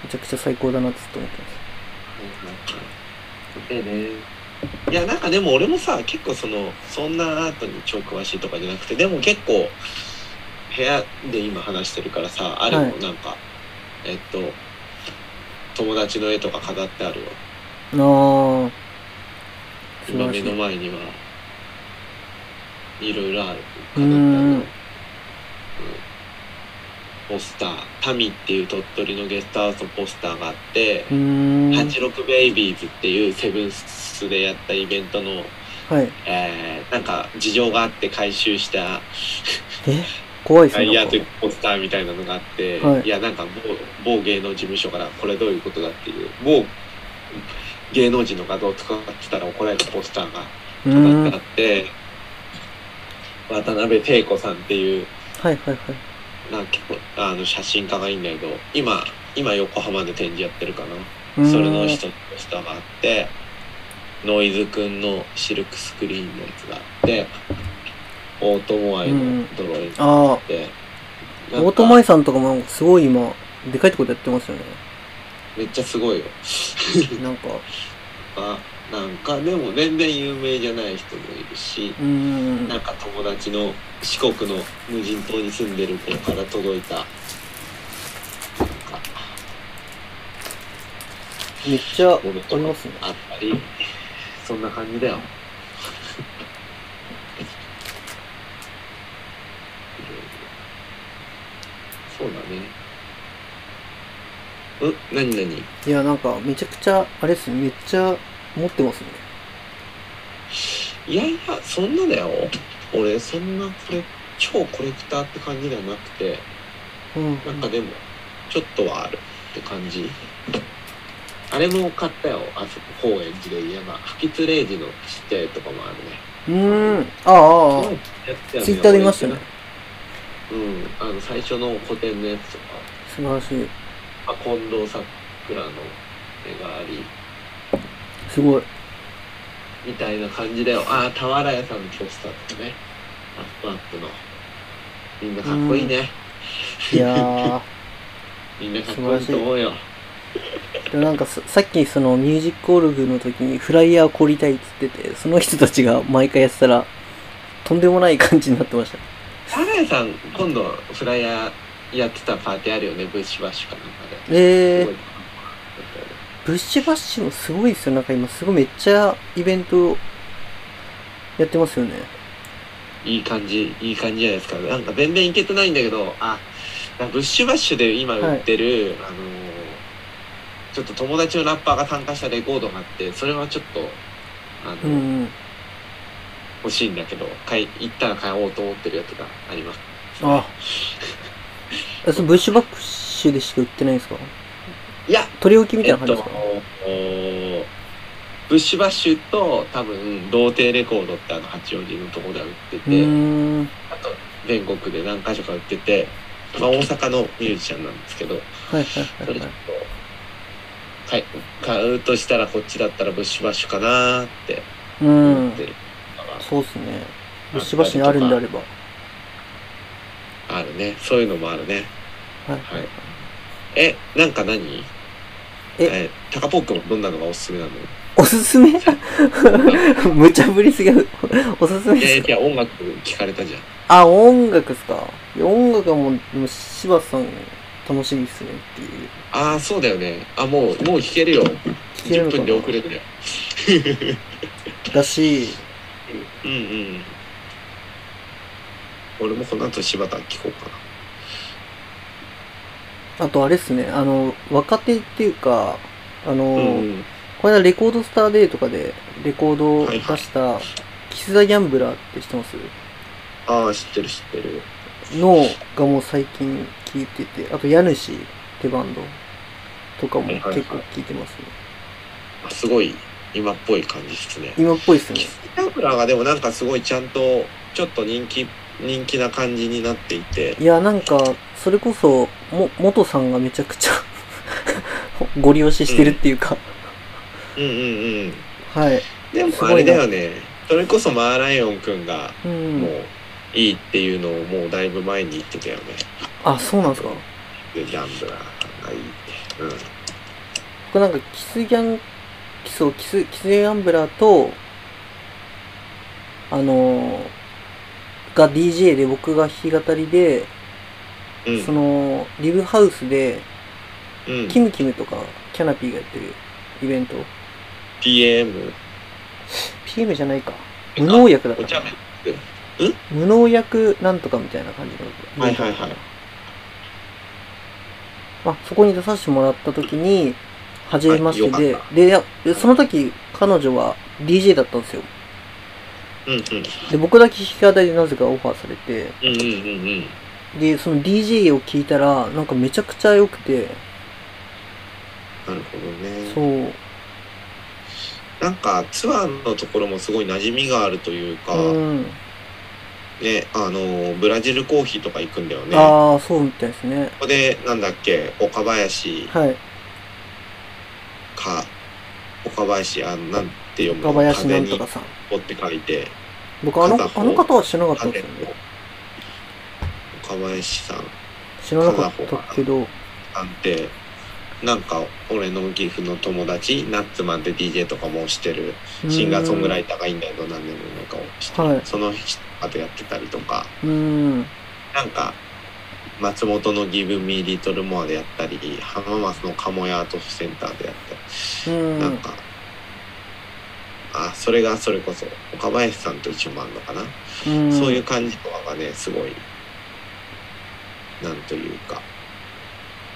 Speaker 1: めちゃくちゃ最高だなってずっと思ってます。
Speaker 2: ええね。いや、なんかでも俺もさ、結構その、そんなアートに超詳しいとかじゃなくて、でも結構、部屋で今話してるからさ、あれ
Speaker 1: は
Speaker 2: も
Speaker 1: い
Speaker 2: なんか、えっと、友達の絵とか飾ってあるよ。
Speaker 1: あ素晴
Speaker 2: 今
Speaker 1: らし
Speaker 2: 目
Speaker 1: い
Speaker 2: の前にはいろいろある飾って
Speaker 1: うー
Speaker 2: ある
Speaker 1: ん
Speaker 2: うんポスター「タミ」っていう鳥取のゲストハウスのポスターがあって
Speaker 1: うーん
Speaker 2: 86ベイビーズっていうセブンスでやったイベントの、
Speaker 1: はい
Speaker 2: えーなんか事情があって回収した
Speaker 1: え怖いです
Speaker 2: タ
Speaker 1: ね
Speaker 2: イ
Speaker 1: な
Speaker 2: ヤ
Speaker 1: ん
Speaker 2: と
Speaker 1: か
Speaker 2: いうポスターみたいなのがあって、
Speaker 1: はい
Speaker 2: い、やなんか某某芸能事務所からこれどういうことだっていう某芸能人の画像を使ってたら怒られたポスターが
Speaker 1: うー
Speaker 2: 飾
Speaker 1: ん
Speaker 2: ってあって、渡辺聖子さんっていう
Speaker 1: はいはいはい
Speaker 2: なんか結構あの写真家がいいんだけど今今横浜で展示やってるかな、
Speaker 1: うーん
Speaker 2: それの一つのポスターがあってノイズくんのシルクスクリーンのやつがあってオートモアイのドロインがあ
Speaker 1: あ
Speaker 2: って、
Speaker 1: あオートマ
Speaker 2: イ
Speaker 1: イさんとかもなんかすごい今でかいとこでやってますよね
Speaker 2: めっちゃすごいよ
Speaker 1: なんかう
Speaker 2: あなんかでも全然有名じゃない人もいるし
Speaker 1: ーん
Speaker 2: なんか友達の四国の無人島に住んでる子から届いたなんか
Speaker 1: めっちゃあ
Speaker 2: も
Speaker 1: り
Speaker 2: のとか
Speaker 1: ますね
Speaker 2: あったりそんな感じだよ。そうだね。ん何何
Speaker 1: いやなんかめちゃくちゃあれですねめっちゃ持ってますね
Speaker 2: いやいや、そんなだよ。俺、そんなこれ、超コレクターって感じではなくて、
Speaker 1: うん
Speaker 2: なんかでも、ちょっとはあるって感じ。あれも買ったよ、あそこ、高円寺で言えば。不吉レイジのちっちゃい絵とかもあるね。
Speaker 1: うーんああああツイッターで見ましたね。
Speaker 2: うん、あの、最初の古典のやつとか、
Speaker 1: 素晴らしい
Speaker 2: まあ、近藤桜の絵があり、
Speaker 1: すごい
Speaker 2: みたいな感じだよ。ああ、俵屋さんのポスターとかね。アップアップの。みんなかっこいいね。
Speaker 1: いや
Speaker 2: みんなかっこいいと思うよ。
Speaker 1: ーでもなんかささっきそのミュージックオルグの時にフライヤー凝りたいっつっててその人たちが毎回やってたらとんでもない感じになってました
Speaker 2: サラヤさん、今度フライヤーやってたパーティーあるよね、ブッシュバッシュかなんかで。
Speaker 1: え
Speaker 2: すご
Speaker 1: ー
Speaker 2: い、
Speaker 1: ブッシュバッシュもすごいですよなんか今すごいめっちゃイベントやってますよね
Speaker 2: いい感じ、いい感じじゃないですか。なんか全然いけてないんだけど、あ、なんかブッシュバッシュで今売ってる、あのーちょっと友達のラッパーが参加したレコードがあって、それはちょっと、あの
Speaker 1: うんうん
Speaker 2: 欲しいんだけど、買い、行ったら買おうと思ってるやつがあります。
Speaker 1: ああそれブッシュバッシュでしか売ってないんですか
Speaker 2: いや、
Speaker 1: 取り置きみた
Speaker 2: え
Speaker 1: い
Speaker 2: っ
Speaker 1: な感じ
Speaker 2: と
Speaker 1: ですか、、
Speaker 2: おブッシュバッシュと多分、童貞レコードってあの、八王子のとこでは売って
Speaker 1: う
Speaker 2: て、
Speaker 1: ーん
Speaker 2: あと、全国で何箇所か売ってて、まあ、大阪のミュージシャンなんですけど、
Speaker 1: はいはい
Speaker 2: そ
Speaker 1: は
Speaker 2: れ
Speaker 1: い
Speaker 2: ちょっと、
Speaker 1: はい
Speaker 2: 買い買うとしたらこっちだったらブッシュバッシュかなーって
Speaker 1: う
Speaker 2: 思
Speaker 1: ん
Speaker 2: ってるのが
Speaker 1: そうっすねブッシュバッシュにあるんであれば
Speaker 2: あるね。そういうのもあるね。
Speaker 1: はい
Speaker 2: はい。え、なんか何
Speaker 1: え
Speaker 2: え、タカポックもどんなのがおすすめなの
Speaker 1: おすすめ [LAUGHS] 無茶ぶりすぎる。おすすめ
Speaker 2: いや
Speaker 1: です
Speaker 2: い
Speaker 1: か
Speaker 2: や、音楽聞かれたじゃん。
Speaker 1: あ、音楽ですかいや音楽はもう、でも柴田さん楽しみっすねっていう。
Speaker 2: ああ、そうだよね。あ、もう、もう聞けるよ。
Speaker 1: 聞ける
Speaker 2: 10
Speaker 1: のかな
Speaker 2: 分で遅れてるよ。
Speaker 1: だし、
Speaker 2: うんうん。俺もこの後柴田聞こうかな。
Speaker 1: あとあれっすね、あの、若手っていうか、あの、
Speaker 2: うん。
Speaker 1: この間レコードスターデーとかでレコードを出した、キス・ザ・ギャンブラーって知ってます
Speaker 2: ああ、知ってる知ってる。
Speaker 1: のがもう最近聞いてて、あと、家主ってバンドとかも結構聞いてますね。
Speaker 2: あすごい今っぽい感じですね。
Speaker 1: 今っぽいっすね
Speaker 2: キ。スキャンプラーがでもなんかすごいちゃんとちょっと人気人気な感じになっていて
Speaker 1: いや、なんか、それこそ、も、元さんがめちゃくちゃ、 [LAUGHS] ご利用ししてるっていうか、
Speaker 2: うんうんうん
Speaker 1: はい。
Speaker 2: でも
Speaker 1: すごい
Speaker 2: あ
Speaker 1: な
Speaker 2: れだよねそれこそマーライオンくんが
Speaker 1: う
Speaker 2: も
Speaker 1: ん。
Speaker 2: ういいっていうのをもうだいぶ前に言ってたよね
Speaker 1: あ、そうなんですか
Speaker 2: でギャンブラーがいいってうん
Speaker 1: 僕なんか、キスギャン、キスを、キス、キスギャンブラーと、あのーが DJ で、僕が弾き語りで、
Speaker 2: うん
Speaker 1: その、リブハウスで、
Speaker 2: うん
Speaker 1: キムキムとか、キャナピーがやってるイベント、
Speaker 2: PM
Speaker 1: 姫じゃないか。無農薬だっ
Speaker 2: お茶
Speaker 1: た
Speaker 2: 目
Speaker 1: か。無農薬なんとかみたいな感じの。
Speaker 2: はいはいはい。
Speaker 1: あ、そこに出させてもらった時に、初めまし
Speaker 2: はい
Speaker 1: て
Speaker 2: よかっ
Speaker 1: で、でいや、その時、彼女は DJ だったんですよ。
Speaker 2: うんうん
Speaker 1: で、僕だけ弾き語りでなぜかオファーされて、
Speaker 2: うんうんうんうん。
Speaker 1: で、その DJ を聞いたら、なんかめちゃくちゃ良くて、
Speaker 2: なるほどね。
Speaker 1: そう。
Speaker 2: なんかツアーのところもすごい馴染みがあるというか、
Speaker 1: うん。
Speaker 2: ね、あの、ブラジルコーヒーとか行くんだよね。こ
Speaker 1: ああ、そうみたいですね。
Speaker 2: こで、なんだっけ、岡林
Speaker 1: はい。
Speaker 2: か、岡林、あの、なんて読むの
Speaker 1: 岡林な
Speaker 2: 風
Speaker 1: ん
Speaker 2: に
Speaker 1: とかさん。
Speaker 2: 追って書いて、
Speaker 1: 僕、あの、
Speaker 2: 片方
Speaker 1: あの方は知らなかったん
Speaker 2: 風
Speaker 1: です
Speaker 2: の
Speaker 1: よね。
Speaker 2: 岡林さん
Speaker 1: 知らなかったけど、
Speaker 2: なんて、なんか、俺の岐阜の友達、ナッツマンで DJ とかもしてる、シンガーソングライターがいいんだけど、何年もなんかをして、
Speaker 1: はい
Speaker 2: その人あとやってたりとか、
Speaker 1: うーん。
Speaker 2: なんか、松本のギブミーリトルモアでやったり、浜松の鴨屋アートセンターでやったり、
Speaker 1: うー
Speaker 2: なんん。か、あ、それがそれこそ、岡林さんと一緒もあるのかな、
Speaker 1: うん
Speaker 2: そういう感じとかがね、すごい、なんというか、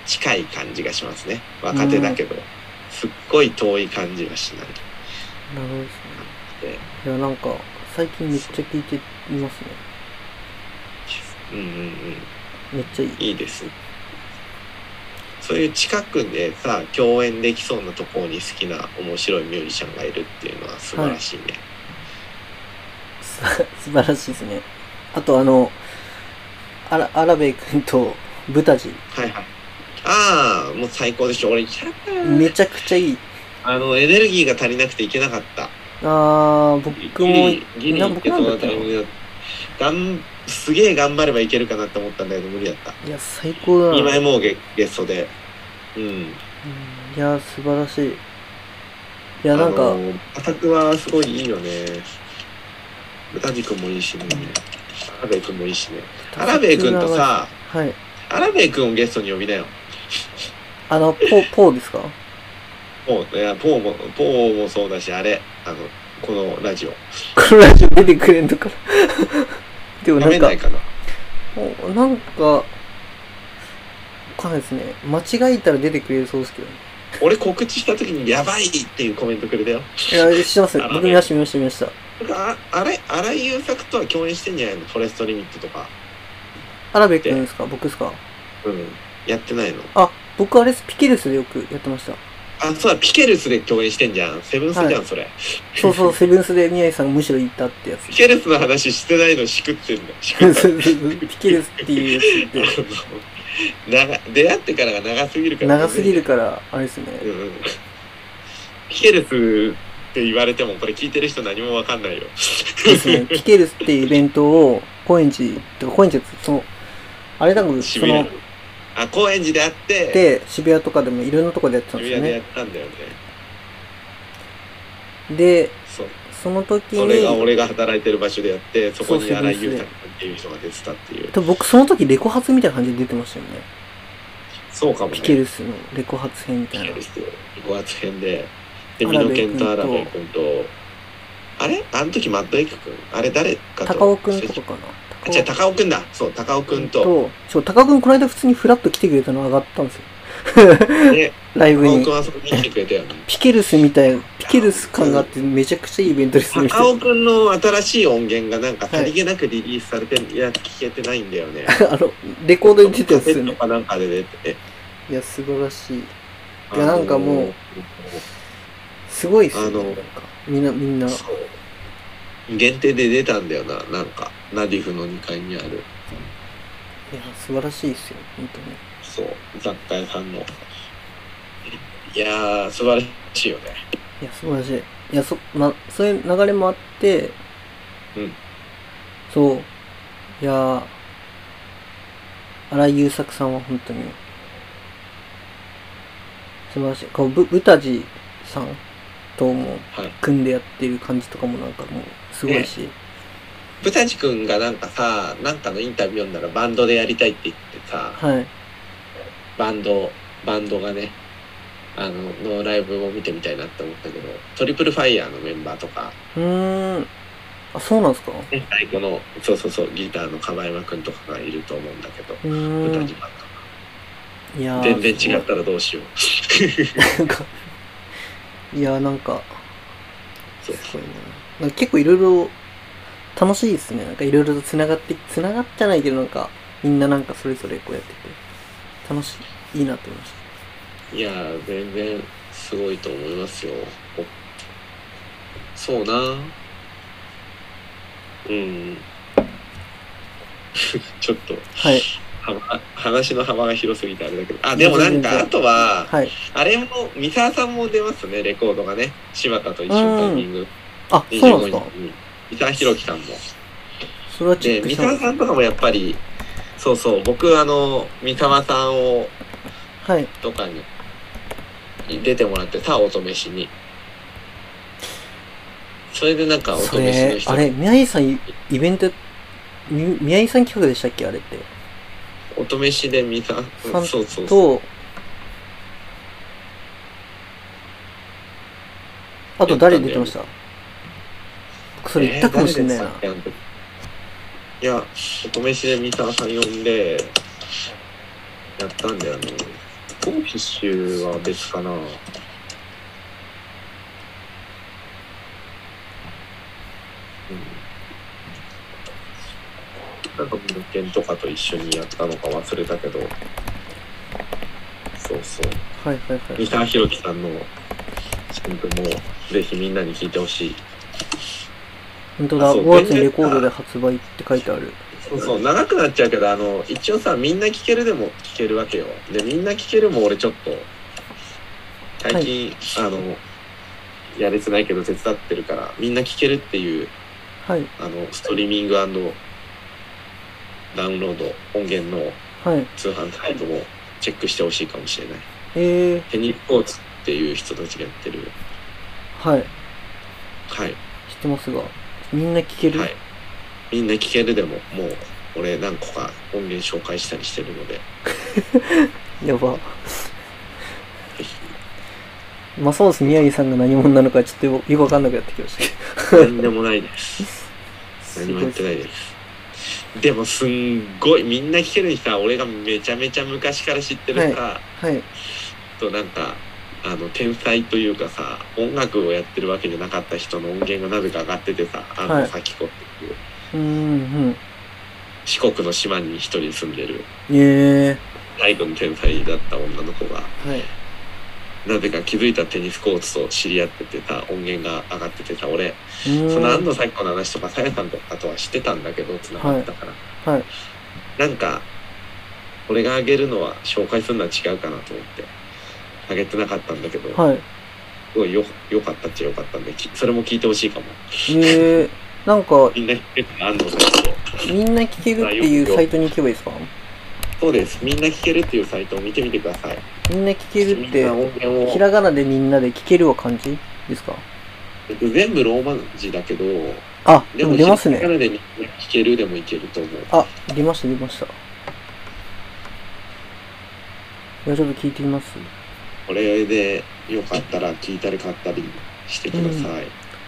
Speaker 2: 近い感じがしますね。若手だけど、すっごい遠い感じはしない。
Speaker 1: なるほどですね。いや、なんか、最近めっちゃ聞いていますね。
Speaker 2: うんうんうん。
Speaker 1: めっちゃい [LAUGHS] い。
Speaker 2: いいです。そういう近くでさ、共演できそうなところに好きな面白いミュージシャンがいるっていうのは素晴らしいね。
Speaker 1: す素晴らしいですね。あと、あの、アラアラベイ君とブタジ。
Speaker 2: はいはい。ああ、もう最高でしょ。俺行きたかっ
Speaker 1: めちゃくちゃいい。
Speaker 2: た。あの、エネルギーが足りなくて行けなかった。
Speaker 1: あー、僕も
Speaker 2: ギ、リギリ
Speaker 1: な
Speaker 2: 行
Speaker 1: 僕
Speaker 2: け
Speaker 1: なん
Speaker 2: そうな
Speaker 1: だった
Speaker 2: タ
Speaker 1: ら
Speaker 2: イミン
Speaker 1: い
Speaker 2: グだったがんすげえ頑張ればいけるかなって思ったんだけど無理だった、
Speaker 1: や、最高だ
Speaker 2: 二
Speaker 1: な。
Speaker 2: 枚
Speaker 1: うん
Speaker 2: もうゲゲストでうん
Speaker 1: いや、素晴らしい。いや、なんか、
Speaker 2: あのアタックはすごいいいよね豚肉もいいしねアラベイ君もいいしねアラベイ君と、さ
Speaker 1: はい。
Speaker 2: アラベイ君をゲストに呼びなよ
Speaker 1: あの、ポー、ポーですか
Speaker 2: もういやポーもポーもそうだしあれあのこのラジオ
Speaker 1: このラジオ出てくれんのかな [LAUGHS] でも
Speaker 2: や
Speaker 1: な
Speaker 2: め
Speaker 1: んか
Speaker 2: ない、かな
Speaker 1: おなんか、わかんないですね。間違えたら出てくれるそうですけどね。
Speaker 2: 俺告知した時に「やばい!」っていうコメントくれたよ
Speaker 1: いや、知ってますよ。僕見ました、見ました、見ました。
Speaker 2: ああれ荒井優作とは共演してんじゃないのフォレストリミットとか
Speaker 1: アラベックですか僕ですか
Speaker 2: うん、やってないの
Speaker 1: あ、僕あれです、ピケルスでよくやってました。
Speaker 2: あそうだピケルスで共演してんじゃんセブンスじゃん、
Speaker 1: は
Speaker 2: それ
Speaker 1: そう
Speaker 2: [LAUGHS]
Speaker 1: そう、セブンスで宮城さんがむしろ行ったってやつ [LAUGHS]
Speaker 2: ピ。ケルスの話してないのしくってんだしく
Speaker 1: そう [LAUGHS]
Speaker 2: っ
Speaker 1: そうそうピケルスっていうやつって
Speaker 2: 長出会ってからが長すぎるか
Speaker 1: て、
Speaker 2: ら、
Speaker 1: 長すぎる
Speaker 2: か
Speaker 1: から、あれですね。
Speaker 2: うんうん、ピケルスって言われてもこれ聞いてる人何もわかんないよ
Speaker 1: で
Speaker 2: [LAUGHS]
Speaker 1: すね。ピケルスっていうイベントを、高円寺、てか高円寺ってその、あれだ僕、そ
Speaker 2: 渋谷
Speaker 1: の
Speaker 2: の、あ高円寺であって
Speaker 1: で、渋谷とかでもいろんなとこでやってたんで
Speaker 2: 渋
Speaker 1: す
Speaker 2: 谷で
Speaker 1: よ
Speaker 2: や
Speaker 1: ね
Speaker 2: っ。たんだよね
Speaker 1: で、
Speaker 2: そう
Speaker 1: その時
Speaker 2: それが
Speaker 1: に、
Speaker 2: 俺が働いてる場所でやってそこ
Speaker 1: そう
Speaker 2: に
Speaker 1: そう
Speaker 2: 荒井優作っていう人が出てたっていう
Speaker 1: 多分僕その時レコ発みたいな感じで出てましたよね。
Speaker 2: そうかもね
Speaker 1: ピケルスのレコ発編みたいな。
Speaker 2: 五発編で、で、
Speaker 1: ア
Speaker 2: ミ
Speaker 1: ラベ
Speaker 2: ノ
Speaker 1: イ
Speaker 2: ケ
Speaker 1: 君
Speaker 2: ン
Speaker 1: と
Speaker 2: とアラベイ君と、あれあの時マッドエイク君あれ誰かと
Speaker 1: 高尾くんとかかな。
Speaker 2: あ、違う、高尾君だ。そう、高尾君と、
Speaker 1: と、そう、高尾くんこの間普通にフラッと来てくれたの上がったんですよ。
Speaker 2: ね、
Speaker 1: ライブ
Speaker 2: 高尾
Speaker 1: に
Speaker 2: 君。あそこ見に来てくれたよね。
Speaker 1: ピケルスみたいな、ピケルス感があってめちゃくちゃいいイベントですね。
Speaker 2: 高尾君の新しい音源がなんかさりげなくリリースされて、い、や、聞けてないんだよね。
Speaker 1: あの、レコードに出てるんですよ
Speaker 2: カセット
Speaker 1: ね。
Speaker 2: かなんかで出て。
Speaker 1: いや、素晴らしい。
Speaker 2: あ
Speaker 1: いや
Speaker 2: のー
Speaker 1: なんかもう、すごいっす
Speaker 2: あ
Speaker 1: よ
Speaker 2: の
Speaker 1: ね。なんかみんな、みんな。そ
Speaker 2: そう限定で出たんだよな、なんか、ナディフの2階にある。
Speaker 1: いや、素晴らしいっすよ。本当に。
Speaker 2: そう、雑貨屋さんの。いやー、素晴らしいよね。
Speaker 1: いや、素晴らしい。いや、そ、ま、そういう流れもあって、
Speaker 2: うん。
Speaker 1: そう。いやー、荒井優作さんは本当に、素晴らしい。こう、ぶ、ぶたじさんとも、
Speaker 2: はい
Speaker 1: 組んでやってる感じとかもなんかもう、すごいし。
Speaker 2: ブタジ君がなんかさ、なんかのインタビュー読んだらバンドでやりたいって言ってさ、
Speaker 1: はい。
Speaker 2: バンド、バンドがね、あの、のライブを見てみたいなって思ったけど、トリプルファイヤーのメンバーとか、
Speaker 1: うーん。あ、そうなんですか
Speaker 2: ね、太鼓の、そうそうそう、ギターの樺山くんとかがいると思うんだけど、
Speaker 1: う
Speaker 2: 歌
Speaker 1: ーん
Speaker 2: 自。慢か
Speaker 1: いや
Speaker 2: な。
Speaker 1: ー
Speaker 2: 全然違ったらどうしよう。
Speaker 1: なんか、いやーなんか、
Speaker 2: そう
Speaker 1: すごいな。なんか結構いろいろ楽しいですね。なんかいろいろと繋がって、繋がってないけどなんか、みんななんかそれぞれこうやってて、楽しい、いいなと思いまし
Speaker 2: いやー、全然すごいと思いますよ。おそうな。うん。 [LAUGHS] ちょっと
Speaker 1: た。はい。
Speaker 2: 幅、話の幅が広すぎてあれだけど。あ、でもなん
Speaker 1: 全然全
Speaker 2: か、
Speaker 1: 然
Speaker 2: あとは、
Speaker 1: はい。
Speaker 2: あれも、三沢さんも出ますね、レコードがね。柴田と一緒のタイミング。
Speaker 1: あ、
Speaker 2: 25
Speaker 1: そうなんですか
Speaker 2: 日に。三沢宏樹さんも。
Speaker 1: それはチェ
Speaker 2: で、
Speaker 1: ック
Speaker 2: 三
Speaker 1: した
Speaker 2: 沢
Speaker 1: んです
Speaker 2: さんとかもやっぱり、そうそう、僕、あの、三沢さんを、
Speaker 1: はい。
Speaker 2: とかに出てもらってさ乙女しにそれでなんか乙
Speaker 1: そ
Speaker 2: 女しの
Speaker 1: れ、
Speaker 2: 人
Speaker 1: あれ、宮城さんイイベントや、み宮城さん企画でしたっけあれって。
Speaker 2: 乙女しで見た
Speaker 1: さん
Speaker 2: そうそうそう
Speaker 1: と、あと誰出てました僕それ言ったかもしれないな。
Speaker 2: えー誰でしたっけあの時いや乙女しで三沢さん呼んでやったんだよねコーフィッシュは別かなうんなんか物件とかと一緒にやったのか忘れたけど、そうそう。
Speaker 1: はいはいはい
Speaker 2: 三。沢ひろきさんの新聞もぜひみんなに聞いてほしい。
Speaker 1: 本当だ、
Speaker 2: あそう
Speaker 1: 5月にレコードで発売って書いてある。
Speaker 2: そうそう、長くなっちゃうけど、あの、一応さ、みんな聞けるでも聞けるわけよ。で、みんな聞けるも俺ちょっと、最近、あの、やれてないけど手伝ってるから、みんな聞けるっていう、
Speaker 1: はい、
Speaker 2: あの、ストリーミングダウンロード、音源の
Speaker 1: はい。
Speaker 2: 通販サイトもチェックしてほしいかもしれない。
Speaker 1: えー、
Speaker 2: テニスポーツっていう人たちがやってる。
Speaker 1: はい。
Speaker 2: はい。
Speaker 1: 知ってますが。みんな聞ける、
Speaker 2: はい。みんな聞けるでも、もう、俺何個か音源紹介したりしてるので、
Speaker 1: やば。
Speaker 2: ぜひ、
Speaker 1: まあそうです。宮城さんが何者なのかちょっとよよくわかんなくなってきましたけ
Speaker 2: 何でもないです。
Speaker 1: ど。
Speaker 2: 何もやってない
Speaker 1: す
Speaker 2: です。でも、すんごい、みんな聞けるにさ、俺がめちゃめちゃ昔から知ってるさ、
Speaker 1: ご [LAUGHS] いっす。はい。
Speaker 2: となんか、あの、天才というかさ、音楽をやってるわけじゃなかった人の音源がなぜか上がっててさ、あ
Speaker 1: は
Speaker 2: の、
Speaker 1: い
Speaker 2: さきこっていう、
Speaker 1: うーん、
Speaker 2: 四国の島に一人住んでる、
Speaker 1: うん。え
Speaker 2: 最後の天才だった女の子が、
Speaker 1: ー、はい。
Speaker 2: なぜか気づいたテニスコーツと知り合っててさ、音源が上がっててさ、俺、
Speaker 1: うーん
Speaker 2: その安藤咲子の話とか、さやさんとかとは知ってたんだけど、つながったから。
Speaker 1: はいはい
Speaker 2: なんか、俺があげるのは、紹介するのは違うかなと思って、あげてなかったんだけど、
Speaker 1: はい。
Speaker 2: すごいよ、よかったっちゃよかったんで、きそれも聞いてほしいかも。
Speaker 1: えー、なんか、
Speaker 2: みんな聞ける安藤咲子。
Speaker 1: みんな聞けるっていうサイトに行けばいいですか
Speaker 2: そうです。みんな聞けるっていうサイトを見てみてください。
Speaker 1: みんな聞ける
Speaker 2: みんな
Speaker 1: っ
Speaker 2: 音源
Speaker 1: て、ひ
Speaker 2: を、
Speaker 1: らがなでみんなで聞けるは漢字ですか
Speaker 2: 全部ローマ字だけど、
Speaker 1: あ、でも出ます
Speaker 2: ひら
Speaker 1: ね。
Speaker 2: がなでみんな聞けるでもいけると思う。
Speaker 1: あ、出ました出ました。いや、ちょっと聞いてみます。あ
Speaker 2: これでよかったら聞いたり買ったりしてください。
Speaker 1: り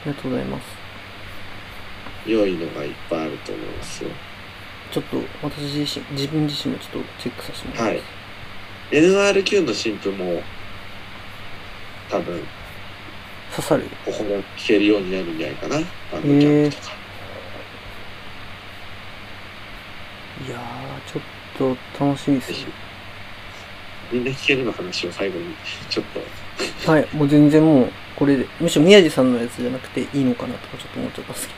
Speaker 1: がとうございます。
Speaker 2: 良いのがいっぱいあると思いますよ。
Speaker 1: ちょっと、私自身、自分自身もちょっとチェックさせてもらいます。
Speaker 2: NRQ の新譜も多分
Speaker 1: 刺さる。
Speaker 2: ここも聞けるようになるんじゃないかな。バンドキャ
Speaker 1: へ
Speaker 2: ン
Speaker 1: え
Speaker 2: プとか。
Speaker 1: いやー、ちょっと楽しみです
Speaker 2: ぜ
Speaker 1: ね
Speaker 2: ひ。みんな聞けるの話を最後にちょっと。
Speaker 1: はい、もう全然もう、これで、むしろ宮地さんのやつじゃなくていいのかなとかちょっと思っちゃったんですけ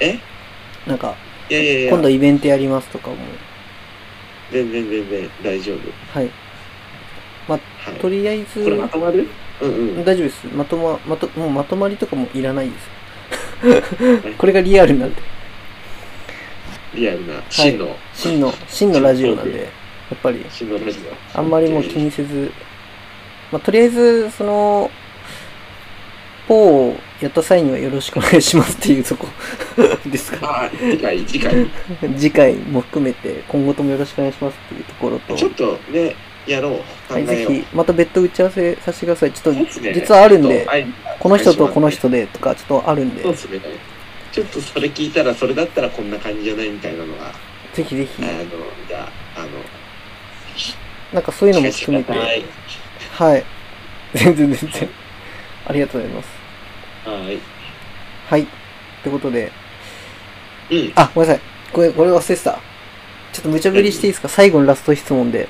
Speaker 2: え
Speaker 1: ど。なんか、
Speaker 2: いやいやいや、
Speaker 1: 今度イベントやりますとかも、
Speaker 2: 全然全然大丈夫。
Speaker 1: はい。
Speaker 2: はい。
Speaker 1: とりあえず、
Speaker 2: これまとまるうんうん。
Speaker 1: 大丈夫です。まとま、まと、もうまとまりとかもいらないです
Speaker 2: い。
Speaker 1: [LAUGHS] これがリアルなんで、
Speaker 2: リアルな真の、
Speaker 1: 真の、真のラジオなんで、やっぱり、
Speaker 2: 真のラジオ。
Speaker 1: あんまりもう気にせず、まあ、とりあえず、その、ポーをやった際にはよろしくお願いしますっていうとこ [LAUGHS] です
Speaker 2: あ
Speaker 1: か
Speaker 2: あ、次回、次回。
Speaker 1: [LAUGHS] 次回も含めて今後ともよろしくお願いしますっていうところと
Speaker 2: ちょっとね、やろう。考
Speaker 1: はい、
Speaker 2: え
Speaker 1: ぜ
Speaker 2: よう。
Speaker 1: ひ、また別途打ち合わせさせてください。ちょっ
Speaker 2: そうっ
Speaker 1: と、
Speaker 2: すね
Speaker 1: 実はあるんで
Speaker 2: ちょっとアイデア
Speaker 1: この人とこの人でとか、ちょっとあるんで
Speaker 2: そう、ですね。ちょっとそれ聞いたら、それだったらこんな感じじゃないみたいなのが、
Speaker 1: ぜひぜひ
Speaker 2: あ、の、じゃあ、あの、
Speaker 1: なんかそういうのも含めて、
Speaker 2: は。
Speaker 1: はいい。全然全然。ありがとうございます。
Speaker 2: はい。
Speaker 1: はい。ってことで、
Speaker 2: うん。
Speaker 1: あ、ごめんなさい。これ、これ忘れてた。ちょっと無茶ぶりしていいですか最後のラスト質問で。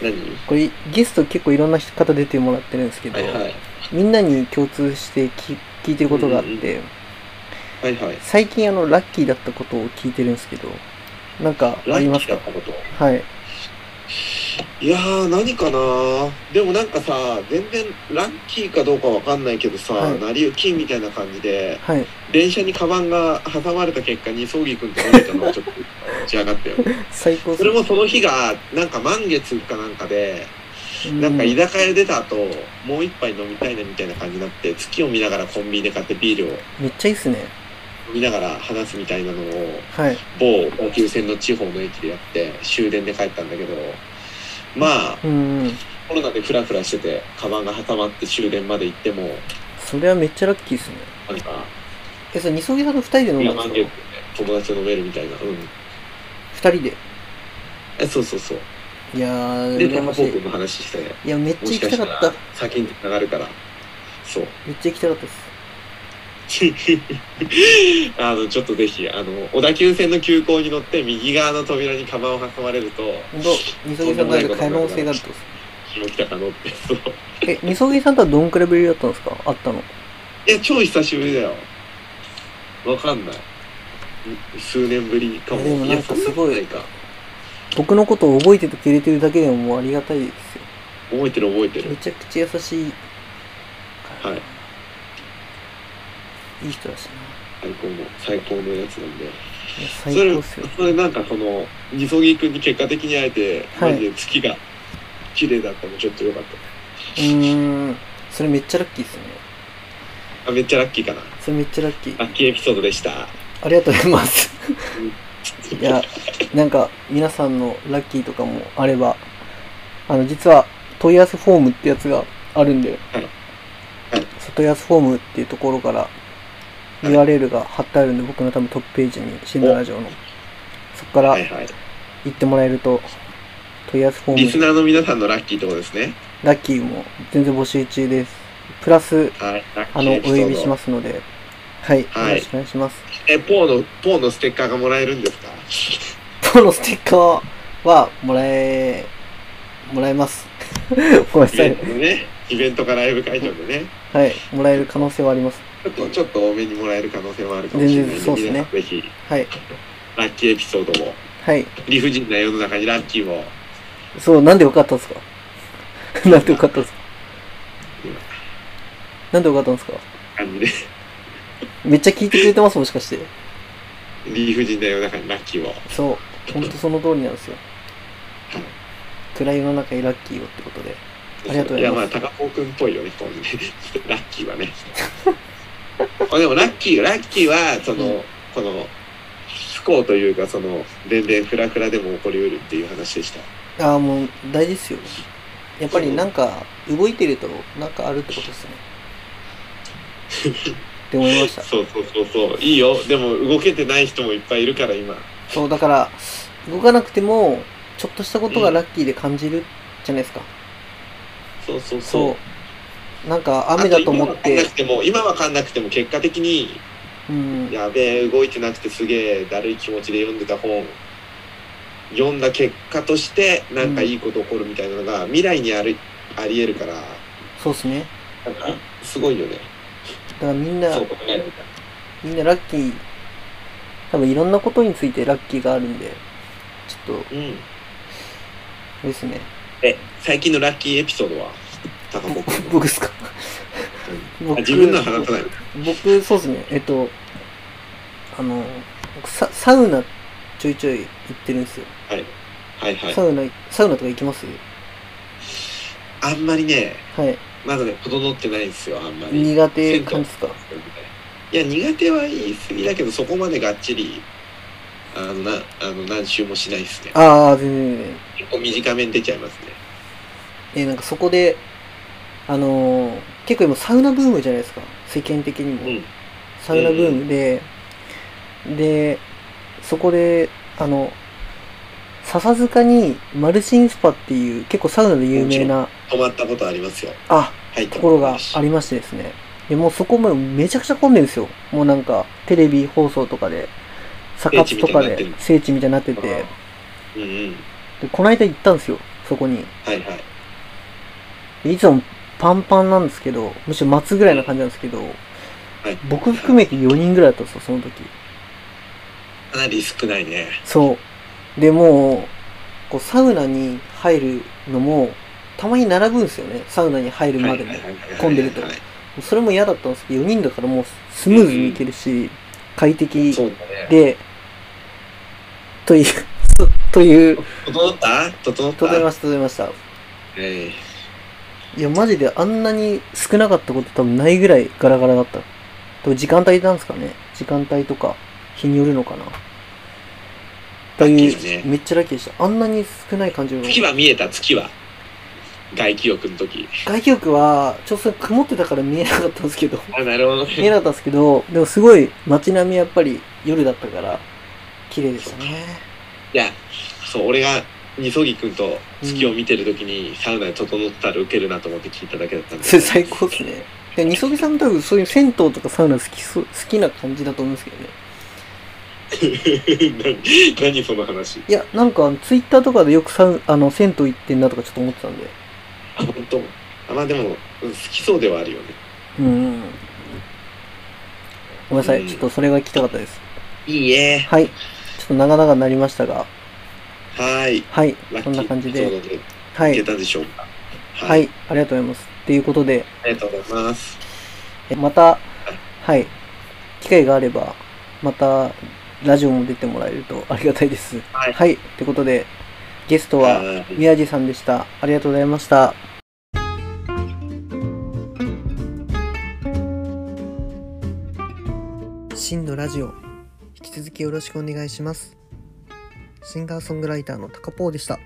Speaker 2: 何
Speaker 1: これ、ゲスト結構いろんな方出てもらってるんですけど、
Speaker 2: はいはい。
Speaker 1: みんなに共通して聞聞いてることがあって、
Speaker 2: はいはい。
Speaker 1: 最近あの、ラッキーだったことを聞いてるんですけど、なんかあ
Speaker 2: ラ
Speaker 1: り
Speaker 2: ッ
Speaker 1: ま
Speaker 2: キ
Speaker 1: す
Speaker 2: ーだ
Speaker 1: か
Speaker 2: ったこと。
Speaker 1: はい。
Speaker 2: いやー、何かなでもなんかさ、全然ラッキーかどうかわかんないけどさ、
Speaker 1: はい
Speaker 2: 成り行きみたいな感じで、
Speaker 1: はい。
Speaker 2: 電車にカバンが挟まれた結果に葬儀君と何かのがちょっと仕上が
Speaker 1: [LAUGHS]
Speaker 2: ったよね。
Speaker 1: 最高っす
Speaker 2: それもその日が、なんか満月かなんかで、
Speaker 1: う
Speaker 2: なんか居酒屋出た後、もう一杯飲みたいなみたいな感じになって、月を見ながらコンビニで買ってビールを
Speaker 1: めっちゃいいっすね。
Speaker 2: 飲みながら話すみたいなのを、
Speaker 1: はい。
Speaker 2: 某高級線の地方の駅でやって、終電で帰ったんだけど、まあ、
Speaker 1: うんうん。
Speaker 2: コロナでフラフラしてて、カバンが挟まって終電まで行っても、
Speaker 1: それはめっちゃラッキーっすね。
Speaker 2: なんか、
Speaker 1: え、それ、二層木さんと二人で飲んだ
Speaker 2: 山
Speaker 1: ん
Speaker 2: ゲ
Speaker 1: で
Speaker 2: ー
Speaker 1: す
Speaker 2: ム
Speaker 1: か
Speaker 2: で友達と飲めるみたいな。うん。
Speaker 1: 二人で。
Speaker 2: え、そうそうそう。
Speaker 1: いやー、
Speaker 2: で、
Speaker 1: 羨
Speaker 2: タマ
Speaker 1: ま
Speaker 2: ポ
Speaker 1: し
Speaker 2: ー君
Speaker 1: い。
Speaker 2: の話して、
Speaker 1: いや、めっ
Speaker 2: も
Speaker 1: ちゃ
Speaker 2: し
Speaker 1: 行
Speaker 2: か
Speaker 1: き
Speaker 2: したた
Speaker 1: かった
Speaker 2: ら。先に流れるから。そう。 [LAUGHS]
Speaker 1: めっちゃ行きたかったです。
Speaker 2: あの、ちょっとぜひ、あの、小田急線の急行に乗って、右側の扉にカバンを挟まれると、
Speaker 1: ほんと、二層木さんがある可能性があるってことです
Speaker 2: 下北か乗って、そう。
Speaker 1: え、二層木さんとはどんくらいぶりだったんですかあったの。
Speaker 2: いや、超久しぶりだよ。わかんない。ん数年ぶりかも。
Speaker 1: いやでもなんか
Speaker 2: いやそなことなか。
Speaker 1: 僕のことを覚えててくれてるだけでももうありがたいですよ。
Speaker 2: 覚えてる覚えて
Speaker 1: め
Speaker 2: る。
Speaker 1: ちゃくちゃ優しい。
Speaker 2: はい。
Speaker 1: いい人だしな。
Speaker 2: 最高の、最高のやつなんで。
Speaker 1: いや最高っすよ。
Speaker 2: それなんかその、みそぎくんに結果的に会えて、
Speaker 1: はい
Speaker 2: マジで月が綺麗だったのちょっと良かっ
Speaker 1: うーん。それめっちゃラッキーっすね。
Speaker 2: た。あ、めっちゃラッキーかな。
Speaker 1: それめっちゃラッキー。
Speaker 2: ラッキーエピソードでした。
Speaker 1: ありがとうございます。いや、なんか皆さんのラッキーとかもあれば、あの、実は問い合わせフォームってやつがあるんで、
Speaker 2: はいはい
Speaker 1: そう問い合わせフォームっていうところから
Speaker 2: い
Speaker 1: URL が貼ってあるんで、僕の多分トップページに、死んだラジオの。そこから
Speaker 2: はいはい。
Speaker 1: 行ってもらえると、問い合わせフォ
Speaker 2: リス
Speaker 1: ーム、
Speaker 2: ナーの皆さんのラッキーってことですね。
Speaker 1: ラッキーも全然募集中です。プラス、
Speaker 2: はい。ラッキ
Speaker 1: あの、
Speaker 2: ー
Speaker 1: お
Speaker 2: エピソ
Speaker 1: 呼びし
Speaker 2: ード
Speaker 1: ま。すので、はい、
Speaker 2: はい
Speaker 1: よろしくお願いします。
Speaker 2: え、ポーの、ポーのステッカーがもらえるんですか
Speaker 1: ポのステッカーはもらえ、もらえ [LAUGHS] ます。ごめん
Speaker 2: イ
Speaker 1: なさ
Speaker 2: ベ
Speaker 1: い
Speaker 2: ン。トでね。イベントかライブ会場でね。
Speaker 1: はい、もらえる可能性はあります。
Speaker 2: ちょっと、ちょっと多めにもらえる可能性もあるかもしれないん
Speaker 1: 全然そうですね
Speaker 2: 皆さんぜひ、
Speaker 1: はい、
Speaker 2: ラッキーエピソードも、
Speaker 1: はい。
Speaker 2: 理不尽な世の中にラッキーも、
Speaker 1: そう、なんでよか [LAUGHS] ったんですかなんでよかったんですかなんでよかったんですか
Speaker 2: 感じで、
Speaker 1: めっちゃ聞いてくれてます、もしかして。
Speaker 2: 理不尽な世の中にラッキーを。
Speaker 1: そう、ほんとその通りなんですよ。暗い世の中にラッキーをってことで。ありがとうございます
Speaker 2: いや、まあ、高尾くんっぽいよね、こうね。ラッキーはね。 [LAUGHS] あでも、ラッキー、ラッキーは、その、
Speaker 1: うん
Speaker 2: この、不幸というか、その、全然フラフラでも起こりうるっていう話でした。
Speaker 1: ああ、もう大事ですよ。やっぱりなんか、動いてると、なんかあるってことですね。って思い
Speaker 2: [LAUGHS]
Speaker 1: ました。
Speaker 2: そうそうそうそう。いいよ。でも、動けてない人もいっぱいいるから、今。
Speaker 1: そう、だから、動かなくても、ちょっとしたことがラッキーで感じるじゃないですか。
Speaker 2: そうそうそう。
Speaker 1: そう。なんか、雨だと思っ
Speaker 2: あ今わかんな
Speaker 1: て
Speaker 2: く、ても、今わかんなくても、結果的に、
Speaker 1: うん。
Speaker 2: やべえ、動いてなくてすげえ、だるい気持ちで読んでた本。読んだ結果として、なんかいいこと起こるみたいなのが、未来にある、ありえるから、
Speaker 1: そうですね。
Speaker 2: なんか、すごいよね。
Speaker 1: だからみんな、
Speaker 2: そう考える
Speaker 1: みんなラッキー、多分いろんなことについてラッキーがあるんで、ちょっと、
Speaker 2: とうん。
Speaker 1: ですね。 [LAUGHS]
Speaker 2: え、最近のラッキーエピソードは高子君の。
Speaker 1: 僕ですか
Speaker 2: あ
Speaker 1: 僕
Speaker 2: 自分のは話さないの。
Speaker 1: 僕、そうですね。えっと、あの、僕ササウナちょいちょい行ってるんですよ。
Speaker 2: はいはい
Speaker 1: サ。ウナ、サウナとか行きます
Speaker 2: あんまりね、
Speaker 1: はい。
Speaker 2: まだね、整ってないんですよ、あんまり。
Speaker 1: 苦手感じですか
Speaker 2: いや、苦手は言い過ぎだけど、そこまでがっちり、あの、なあの何周もしないですね。
Speaker 1: ああ、全然全然。
Speaker 2: 結構短めに出ちゃいますね。
Speaker 1: えなんかそこで、あのー結構今サウナブームじゃないですか。世間的にも。
Speaker 2: うん
Speaker 1: サウナブームで、で、そこで、あの、笹塚にマルシンスパっていう結構サウナで有名な、
Speaker 2: 泊まったことありますよ。
Speaker 1: あ、
Speaker 2: はい、
Speaker 1: ところがありましてですね。でもうそこもめちゃくちゃ混んでるんですよ。もうなんか、テレビ放送とかで、サカツとかで聖地みたいになってて、で、
Speaker 2: うんうん。
Speaker 1: こないだ行ったんですよ、そこに。
Speaker 2: はいはい。
Speaker 1: でいつもパンパンなんですけど、むしろ待つぐらいな感じなんですけど、僕含めて4人ぐらいだったんですよ、その時。
Speaker 2: かなり少ないね。
Speaker 1: そう。で、もう、こう、サウナに入るのも、たまに並ぶんですよね、サウナに入るまでも。混んでると
Speaker 2: はいはい
Speaker 1: それも嫌だったんですけど、4人だからもうスムーズに行けるし、快適
Speaker 2: そうだね。
Speaker 1: で、という、という、
Speaker 2: 整った整った
Speaker 1: 整いました、整いました。
Speaker 2: ええ
Speaker 1: いや、マジであんなに少なかったこと多分ないぐらいガラガラだった。でも時間帯なんですかね時間帯とか、日によるのかなと
Speaker 2: ラッキ
Speaker 1: い
Speaker 2: ーだ
Speaker 1: う、
Speaker 2: ね
Speaker 1: めっちゃラッキーでした。あんなに少ない感じの。
Speaker 2: 月は見えた、月は。外気浴の時。
Speaker 1: 外気浴は、ちょっとそれ曇ってたから見えなかったんですけど、 [LAUGHS]
Speaker 2: あ、なるほど
Speaker 1: 見え
Speaker 2: ね。
Speaker 1: なかったんですけど、でもすごい街並みやっぱり夜だったから、綺麗でしたね。
Speaker 2: いや、そう、俺が、二そぎくんと月を見てる時に、サウナで整ったらウケるなと思って聞いただけだったんで
Speaker 1: それ [LAUGHS] 最高ですね。で、みそぎさんも多分そういう銭湯とかサウナ好きそう、好きな感じだと思うんですけどね。
Speaker 2: [LAUGHS] 何何その話
Speaker 1: いや、なんか、ツイッターとかでよくサウ、あの、銭湯行ってんなとかちょっと思ってたんで。
Speaker 2: あ本当あまあでもうん好きそうではあるよね
Speaker 1: うんうん。ごめんなさ
Speaker 2: う
Speaker 1: い。
Speaker 2: ん
Speaker 1: ちょっとそれが聞きたかったです。
Speaker 2: いいえ
Speaker 1: はい。ちょっと長々になりましたが、
Speaker 2: はーい
Speaker 1: はい。
Speaker 2: ラッキー
Speaker 1: こんな感じ
Speaker 2: エピ
Speaker 1: で。
Speaker 2: ソードで
Speaker 1: はい
Speaker 2: け
Speaker 1: い。
Speaker 2: たでしょうか
Speaker 1: は、い。ありがとうございます。ということで、
Speaker 2: ありがとうございます
Speaker 1: えまた、はい。機会があれば、また、ラジオも出てもらえるとありがたいです。
Speaker 2: はい
Speaker 1: はい。ということで、ゲストは、
Speaker 2: はーい
Speaker 1: 宮地さんでした。ありがとうございました。真のラジオ、引き続きよろしくお願いします。シンガーソングライターの高ポーでした。